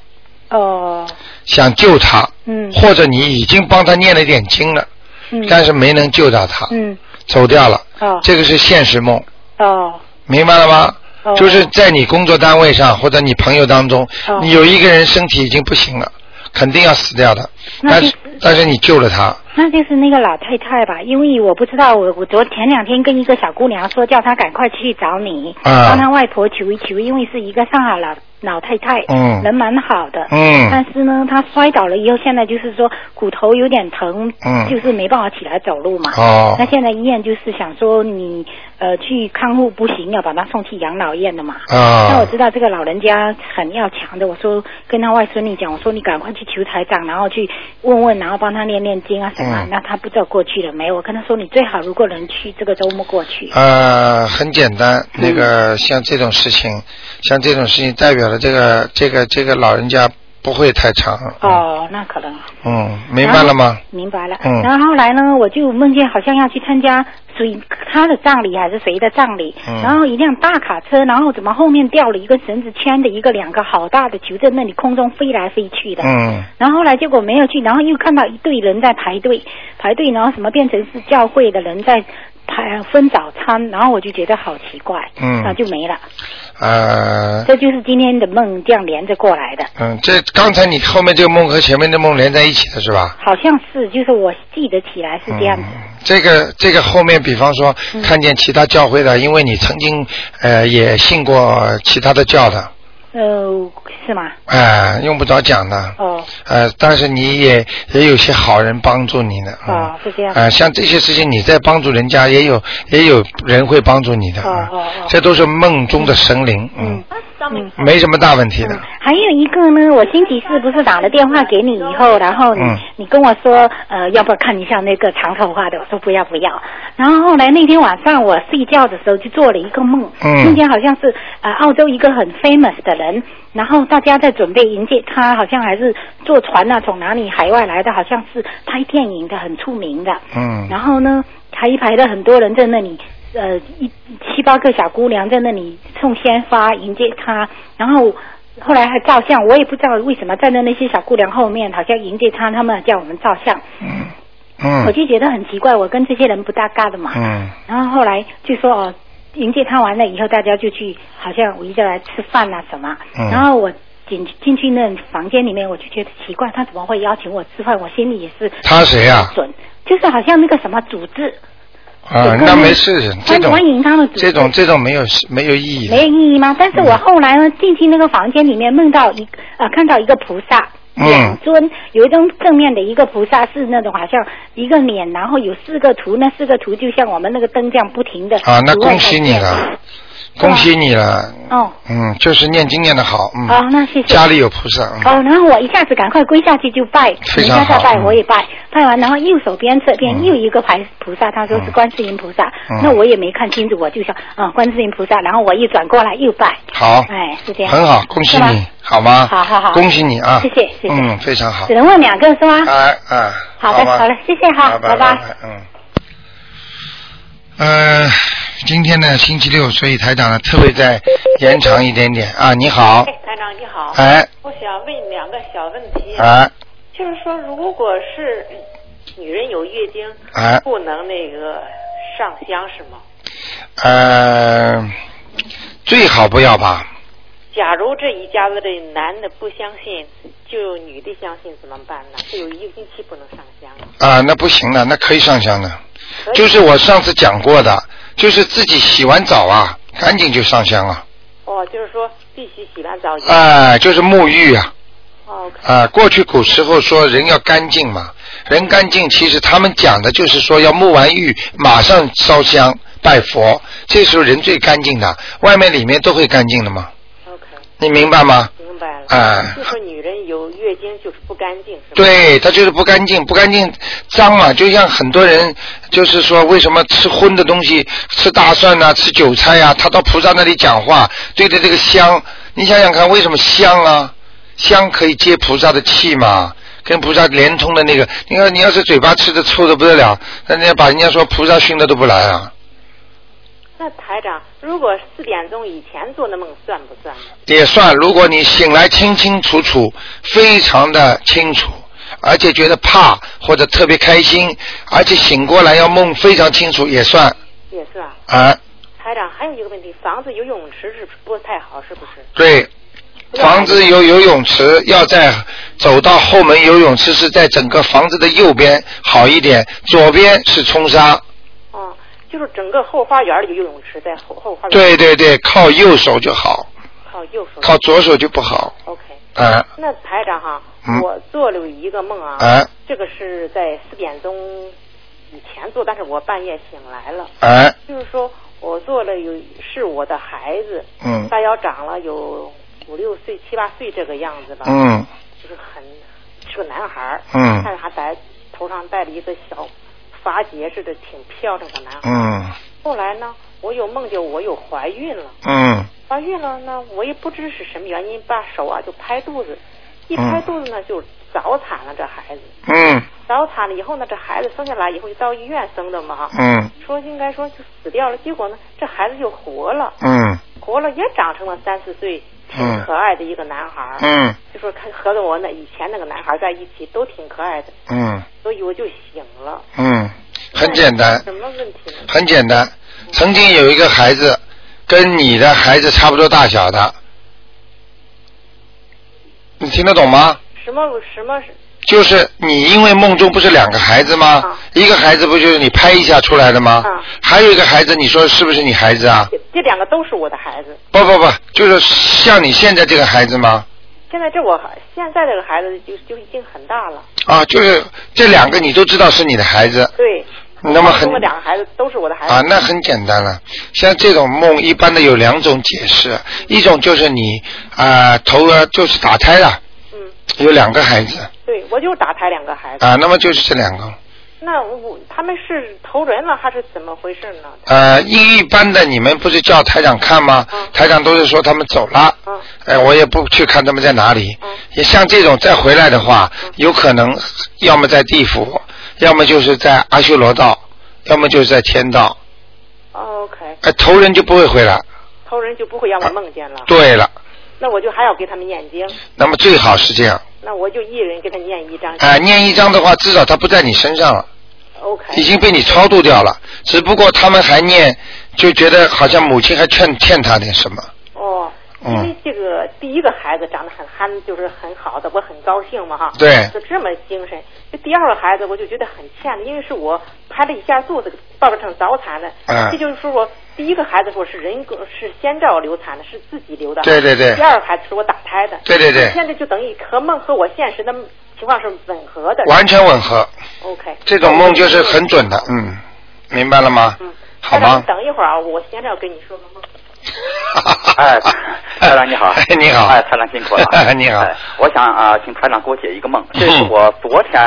S13: 哦
S1: 想救他，
S13: 嗯
S1: 或者你已经帮他念了一点经了，
S13: 嗯，
S1: 但是没能救到他，
S13: 嗯
S1: 走掉了，
S13: 哦
S1: 这个是现实梦，
S13: 哦
S1: 明白了吗？
S13: 哦
S1: 就是在你工作单位上或者你朋友当中，
S13: 哦
S1: 你有一个人身体已经不行了，肯定要死掉的，
S13: 那
S1: 但
S13: 就是
S1: 但是你救了他，
S13: 那就是那个老太太吧，因为我不知道，我我昨前两天跟一个小姑娘说，叫她赶快去找你，
S1: 啊
S13: 帮她外婆求一求，因为是一个上海老老太太，
S1: 嗯
S13: 人蛮好的，
S1: 嗯
S13: 但是呢，她摔倒了以后，现在就是说骨头有点疼，
S1: 嗯
S13: 就是没办法起来走路嘛，
S1: 哦
S13: 那现在医院就是想说你呃去看护不行，要把她送去养老院的嘛，
S1: 啊
S13: 那我知道这个老人家很要强的，我说跟他外孙女讲，我说你赶快去求台长，然后去问问，然后帮他念念经啊什么。
S1: 嗯
S13: 那他不知道过去了没？我跟他说，你最好如果能去这个周末过去。嗯
S1: 呃，很简单，那个像这种事情，像这种事情代表了这个这个这个老人家不会太长，
S13: 哦，那可能
S1: 嗯，明白了吗？？
S13: 明白了。
S1: 嗯
S13: 然后后来呢，我就梦见好像要去参加谁他的葬礼还是谁的葬礼，
S1: 嗯
S13: 然后一辆大卡车，然后怎么后面掉了一个绳子牵着一个两个好大的球在那里空中飞来飞去的。
S1: 嗯
S13: 然后后来结果没有去，然后又看到一队人在排队，排队，然后什么变成是教会的人在排分早餐，然后我就觉得好奇怪，
S1: 嗯
S13: 那就没了。
S1: 呃，
S13: 这就是今天的梦这样连着过来的，
S1: 嗯，这刚才你后面这个梦和前面的梦连在一起的是吧？
S13: 好像是，就是我记得起来是这样子。
S1: 这个这个后面，比方说
S13: 嗯
S1: 看见其他教会的，因为你曾经呃也信过其他的教的，
S13: 呃，是吗？
S1: 哎、用不着讲的，
S13: 哦，
S1: 呃，但是你也也有些好人帮助你呢，嗯
S13: 哦，是这样。
S1: 啊、像这些事情，你在帮助人家，也有也有人会帮助你的，啊
S13: 哦哦哦
S1: 这都是梦中的神灵，嗯，
S13: 嗯
S1: 没什么大问题的，
S13: 还有一个呢，我星期四不是打了电话给你以后，然后你、
S1: 嗯
S13: 你跟我说，呃，要不要看一下那个长头发的？我说不要不要。然后后来那天晚上我睡觉的时候就做了一个梦，
S14: 嗯
S13: 梦见好像是呃澳洲一个很 famous 的人，然后大家在准备迎接他，好像还是坐船啊，从哪里海外来的，好像是拍电影的，很出名的。
S1: 嗯
S13: 然后呢，排一排的很多人在那里，呃，一七八个小姑娘在那里送鲜花迎接他，然后后来还照相，我也不知道为什么站在那些小姑娘后面，好像迎接他，他们叫我们照相，
S1: 嗯
S13: 我就觉得很奇怪，我跟这些人不搭嘎的嘛。
S1: 嗯
S13: 然后后来就说哦，迎接他完了以后，大家就去好像围着来吃饭啦、什么。
S14: 嗯
S13: 然后我进进去那房间里面，我就觉得奇怪，他怎么会邀请我吃饭？我心里也是
S1: 他谁啊
S13: 不准，就是好像那个什么组织，
S1: 啊、
S13: 嗯有个
S1: 那
S13: 人
S1: 没事，这
S13: 欢
S1: 种
S13: 欢迎他们组织
S1: 这种这种没有没有意义的，
S13: 没有意义吗？但是我后来呢，进去那个房间里面，梦到一呃，看到一个菩萨。
S1: 嗯
S13: 两尊，有一张正面的一个菩萨是那种好像一个脸，然后有四个图，那四个图就像我们那个灯这样不停的
S1: 啊，那恭喜你了，恭喜你了，
S13: 哦
S1: 嗯，就是念经念的好，嗯，
S13: 哦，那谢谢。
S1: 家里有菩萨，嗯，
S13: 哦，然后我一下子赶快跪下去就拜，
S1: 非
S13: 人
S1: 常好
S13: 家在拜
S1: 嗯
S13: 我也拜，拜完然后右手边这边
S1: 嗯
S13: 又一个牌菩萨，他说是观世音菩萨，
S1: 嗯
S13: 那我也没看清楚，我就想啊、观世音菩萨，然后我一转过来又拜，
S1: 好，
S13: 哎是这样，
S1: 很好，恭喜
S13: 是吧
S1: 你，好吗？
S13: 好好好
S1: 恭喜你啊，
S13: 谢谢谢谢
S1: 嗯，非常好
S13: 只，能问两个是吗？
S1: 哎啊，
S13: 好的
S1: 吧
S13: 好了，谢谢哈，
S1: 拜
S13: 拜。
S1: 拜，嗯。呃，今天呢星期六，所以台长呢特别再延长一点点啊。你好，
S15: 哎，台长你好。
S1: 哎
S15: 我想问两个小问题。
S1: 哎。
S15: 就是说，如果是女人有月经，
S1: 哎
S15: 不能那个上香是吗？
S1: 呃，最好不要吧，
S15: 假如这一家子的男的不相信，就女的相信怎么办呢？是有一个星期不能上香。
S1: 啊，那不行的，那可以上香的。
S15: 嗯
S1: 就是我上次讲过的，就是自己洗完澡啊，赶紧就上香啊，
S15: 哦，就是说必须洗完澡。
S1: 哎、就是沐浴啊。
S15: 哦
S1: 啊，过去古时候说人要干净嘛，人干净，其实他们讲的就是说要沐完浴马上烧香拜佛，这时候人最干净的，外面里面都会干净的嘛。你明白吗？
S15: 明白了。
S1: 哎
S15: 就说女人有月经就是不干净，是吧？
S1: 对，它就是不干净，不干净脏嘛，就像很多人就是说，为什么吃荤的东西，吃大蒜呐、吃韭菜呀、他到菩萨那里讲话，对着这个香，你想想看，为什么香啊？香可以接菩萨的气嘛，跟菩萨连通的那个，你看你要是嘴巴吃的臭的不得了，那人家把人家说菩萨熏的都不来啊，
S15: 那台长，如果四点钟以前做的梦算不算？
S1: 也算。如果你醒来清清楚楚，非常的清楚，而且觉得怕或者特别开心，而且醒过来要梦非常清楚，也算
S15: 也算。
S1: 啊。
S15: 台长，还有一个问题，房子有泳池是不太好，是不是？
S1: 对，房子有游泳池，要在走到后门游泳池是在整个房子的右边好一点，左边是冲沙。
S15: 就是整个后花园里有游泳池，在后后花园。
S1: 对对对，靠右手就好，
S15: 靠右手。
S1: 靠左手就不好。
S15: OK。
S1: 啊
S15: 那台长哈，
S1: 嗯
S15: 我做了一个梦啊，
S1: 哎
S15: 这个是在四点钟以前做，但是我半夜醒来了，
S1: 哎
S15: 就是说我做了有是我的孩子，
S1: 嗯
S15: 大腰长了有五六岁、七八岁这个样子吧，
S1: 嗯，
S15: 就是很是个男孩儿，
S1: 嗯
S15: 但是还戴头上戴了一个小发结似的，挺漂亮的男孩儿。
S1: 嗯
S15: 后来呢，我有梦见我有怀孕了，
S1: 嗯
S15: 怀孕了呢，我也不知是什么原因，把手啊就拍肚子，一拍
S1: 嗯
S15: 肚子呢就早产了这孩子，
S1: 嗯
S15: 早产了以后呢，这孩子生下来以后就到医院生的嘛哈，
S1: 嗯
S15: 说应该说就死掉了，结果呢这孩子就活了，
S1: 嗯
S15: 活了也长成了三四岁，挺
S1: 嗯
S15: 可爱的一个男孩儿，
S1: 嗯
S15: 就说看和着我那以前那个男孩在一起都挺可爱的，
S1: 嗯
S15: 所以我就醒了，
S1: 嗯，很简单，
S15: 什么问题呢？
S1: 很简单。曾经有一个孩子跟你的孩子差不多大小的，你听得懂吗？
S15: 什么什么是
S1: 就是你因为梦中不是两个孩子吗？一个孩子不就是你拍一下出来的吗？还有一个孩子，你说是不是你孩子啊？
S15: 这两个啊都是我的孩子。
S1: 不不不，就是像你现在这个孩子吗？
S15: 现在这我孩现在这个孩子就就已经很大了，
S1: 啊，就是这两个你都知道是你的孩子
S15: 对。
S1: 那么很
S15: 生了两个孩子都啊是我的孩子
S1: 啊，那很简单了。像这种梦一般的有两种解释，一种就是你啊、头儿就是打胎了，嗯，有两个孩子
S15: 对我就打胎两个孩子。
S1: 啊，那么就是这两个。
S15: 那我他们是投人了还是怎么回事呢？
S1: 呃，一一般的你们不是叫台长看吗？台长都是说他们走了，哎、我也不去看他们在哪里。也像这种再回来的话，有可能要么在地府，要么就是在阿修罗道，要么就是在天道。
S15: OK，
S1: 哎、头人就不会回来。
S15: 投人就不会让我梦见了。
S1: 对了，
S15: 那我就还要给他们念经，
S1: 那么最好是这样，
S15: 那我就一人给他念一张。
S1: 哎、念一张的话，至少他不在你身上了。
S15: OK。
S1: 已经被你超度掉了，只不过他们还念，就觉得好像母亲还欠欠他点什么。
S15: 哦，因为
S1: 嗯
S15: 这个第一个孩子长得很憨，就是很好的，我很高兴嘛哈。
S1: 对
S15: 就这么精神。这第二个孩子我就觉得很欠的，因为是我拍了一下肚子，抱着成早产的。
S1: 嗯
S15: 这就是说我第一个孩子我是人工是先兆流产的，是自己流的。
S1: 对对对
S15: 第二个孩子是我打胎的。
S1: 对对对
S15: 现在就等于和梦和我现实的情况是吻合的。
S1: 完全吻合。
S15: OK。
S1: 这种梦就是很准的，嗯，明白了吗？嗯，好
S15: 台长
S1: 吗
S15: 你？等一会儿啊，我现在要跟你说个梦。
S14: 哎，台长你好，
S1: 你好，
S14: 哎，台长辛苦了
S1: 你好嗯
S14: 哎我想啊、请台长给我解一个梦，这是我昨天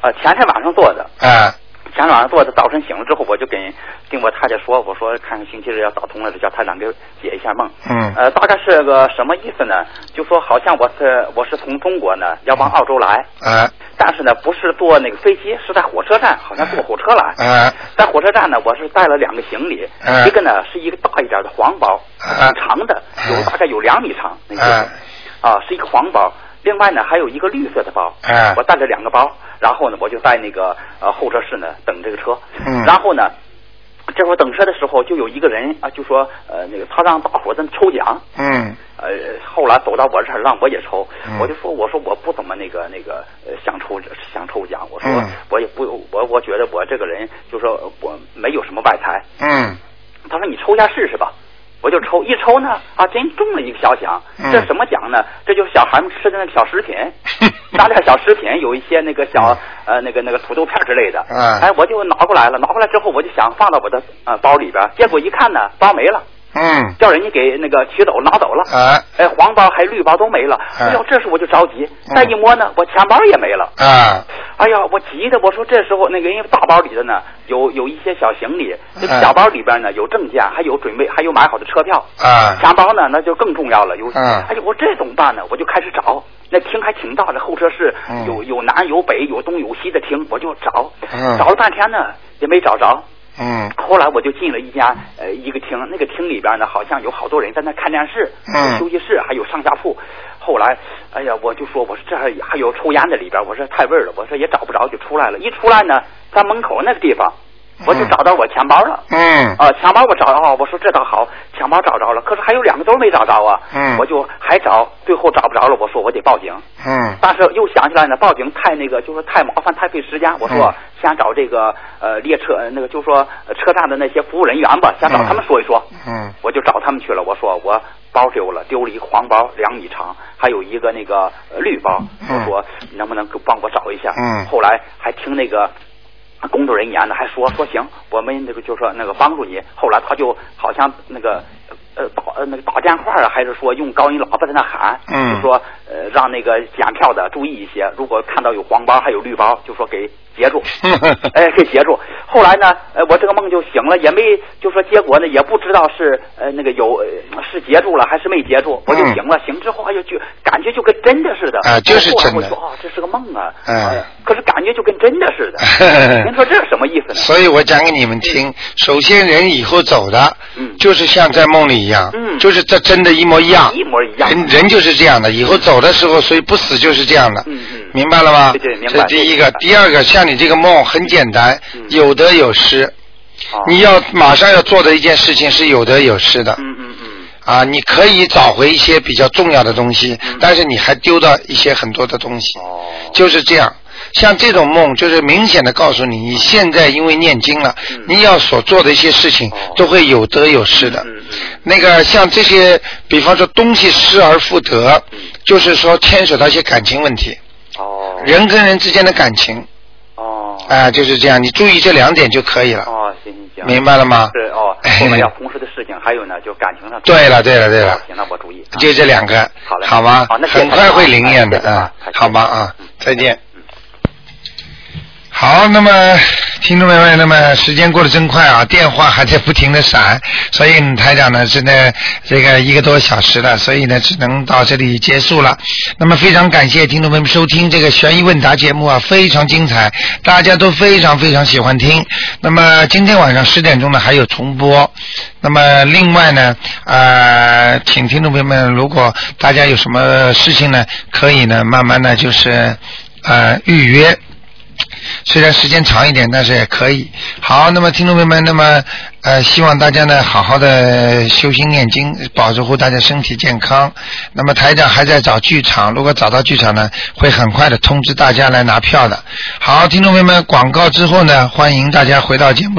S14: 呃前天晚上做的，
S1: 哎，
S14: 前天晚上做的，早晨醒了之后，我就跟跟我太太说，我说看看星期日要打通了，就叫台长给我解一下梦。
S1: 嗯
S14: 呃，大概是个什么意思呢？就说好像我是我是从中国呢要往澳洲来，
S1: 哎
S14: 但是呢不是坐那个飞机，是在火车站，好像坐火车来。
S1: 哎
S14: 在火车站呢，我是带了两个行李，
S1: 嗯
S14: 一个呢是一个大一点的黄包，挺长的，有大概有两米长，那个
S1: 哎
S14: 啊是一个黄包。另外呢，还有一个绿色的包，
S1: 嗯
S14: 我带了两个包，然后呢，我就在那个呃候车室呢等这个车，
S1: 嗯
S14: 然后呢，这会儿等车的时候，就有一个人啊，就说呃那个他让大伙儿在那抽奖，
S1: 嗯
S14: 呃，后来走到我这儿让我也抽，
S1: 嗯
S14: 我就说我说我不怎么那个那个呃想抽想抽奖，我说
S1: 嗯
S14: 我也不我我觉得我这个人就说我没有什么外财，
S1: 嗯
S14: 他说你抽一下试试吧。我就抽一抽呢，啊，真中了一个小奖，
S1: 嗯
S14: 这什么奖呢？这就是小孩们吃的那个 小食品，拿点小食品，有一些那个小呃那个那个土豆片之类的，
S1: 嗯
S14: 哎，我就拿过来了，拿过来之后我就想放到我的呃包里边，结果一看呢，包没了。
S1: 嗯
S14: 叫人家给那个取走拿走了，
S1: 哎
S14: 哎，黄包还绿包都没了，
S1: 哎
S14: 哎呦，这时我就着急，
S1: 嗯
S14: 再一摸呢，我钱包也没了，
S1: 啊
S14: 哎呀，我急的，我说这时候那个因为大包里的呢有有一些小行李，这个
S1: 哎
S14: 小包里边呢有证件，还有准备还有买好的车票，
S1: 啊
S14: 钱包呢那就更重要了，有，
S1: 嗯
S14: 哎呦，我这怎么办呢？我就开始找，那厅还挺大的，候车室
S1: 嗯
S14: 有有南有北有东有西的厅，我就找，
S1: 嗯
S14: 找了半天呢也没找着，
S1: 嗯
S14: 后来我就进了一家呃一个厅，那个厅里边呢好像有好多人在那看电视，
S1: 嗯
S14: 休息室还有上下铺。后来，哎呀，我就说我说这还还有抽烟的里边，我说太味儿了，我说也找不着，就出来了。一出来呢，在门口那个地方，我就找到我钱包了。
S1: 嗯
S14: 啊，钱包我找到，我说这倒好，钱包找着了，可是还有两个兜没找着啊。
S1: 嗯
S14: 我就还找，最后找不着了，我说我得报警。
S1: 嗯
S14: 但是又想起来呢，报警太那个，就说太麻烦，太费时间。我说、啊
S1: 嗯
S14: 先找这个呃列车呃那个，就说呃车站的那些服务人员吧，先找他们说一说。
S1: 嗯
S14: 我就找他们去了。我说我包丢了，丢了一黄包两米长，还有一个那个呃绿包。
S1: 嗯
S14: 我说能不能给帮我找一下？
S1: 嗯
S14: 后来还听那个。工作人员呢还说说行，我们那个就说那个帮助你。后来他就好像那个呃打呃那个打电话啊，还是说用高音喇叭在那喊，
S1: 嗯
S14: 就说呃让那个检票的注意一些，如果看到有黄包还有绿包，就说给截 住。哎，给截住。后来呢，呃，我这个梦就醒了，也没就说结果呢，也不知道是呃那个有呃是截住了还是没截住，我就
S1: 嗯
S14: 醒了。醒之后，哎呦，就感觉就跟真的似的。
S1: 啊就是
S14: 我后来
S1: 真的
S14: 我说哦，这是个梦啊，
S1: 嗯，
S14: 可是感觉就跟真的似的。 您说这是什么意思呢？嗯
S1: 所以我讲给你们听，首先人以后走的，就是像在梦里一样，
S14: 嗯
S1: 就是这真的一模一样，
S14: 一模一样
S1: 人人就是这样的，以后走的时候，所以不死就是这样的，
S14: 嗯嗯
S1: 明白了吗？
S14: 对对明白嗯
S1: 这是第一个
S14: 明，白
S1: 第二个，像你这个梦很简单，有得有失。
S14: 哦
S1: 你要马上要做的一件事情是有得有失的。嗯
S14: 嗯嗯。
S1: 啊，你可以找回一些比较重要的东西，但是你还丢到一些很多的东西。
S14: 嗯哦。
S1: 就是这样，像这种梦，就是明显的告诉你，你现在因为念经了，
S14: 嗯
S1: 你要所做的一些事
S14: 哦
S1: 情都会有得有失
S14: 嗯
S1: 的。那个像这些，比方说东西失而复得，
S14: 嗯
S1: 就是说牵扯到一些感情问题。
S14: 哦。
S1: 人跟人之间的感情。
S14: 哦。
S1: 啊、就是这样，你注意这两点就可以了。
S14: 哦，行行行，
S1: 明白了吗
S14: 是 哦，后面要同事的事情，还有呢，就感情上。
S1: 对了对了对了
S14: 哦行，那我注意。啊
S1: 就这两个，
S14: 好嘞，
S1: 好吗？
S14: 好，那谢谢
S1: 很快
S14: 啊
S1: 会灵验的
S14: 哎谢谢啊
S1: 啊，好吧啊，再见。好，那么听众朋友们，那么时间过得真快啊，电话还在不停的闪，所以台长呢，现在这个一个多小时了，所以呢，只能到这里结束了。那么非常感谢听众朋友们收听这个悬疑问答节目啊，非常精彩，大家都非常非常喜欢听。那么今天晚上十点钟呢还有重播，那么另外呢，呃，请听众朋友们，如果大家有什么事情呢，可以呢慢慢的就是呃预约。虽然时间长一点，但是也可以。好，那么听众朋友们，那么呃，希望大家呢好好的修心念经，保护大家身体健康。那么台长还在找剧场，如果找到剧场呢，会很快的通知大家来拿票的。好，听众朋友们，广告之后呢，欢迎大家回到节目。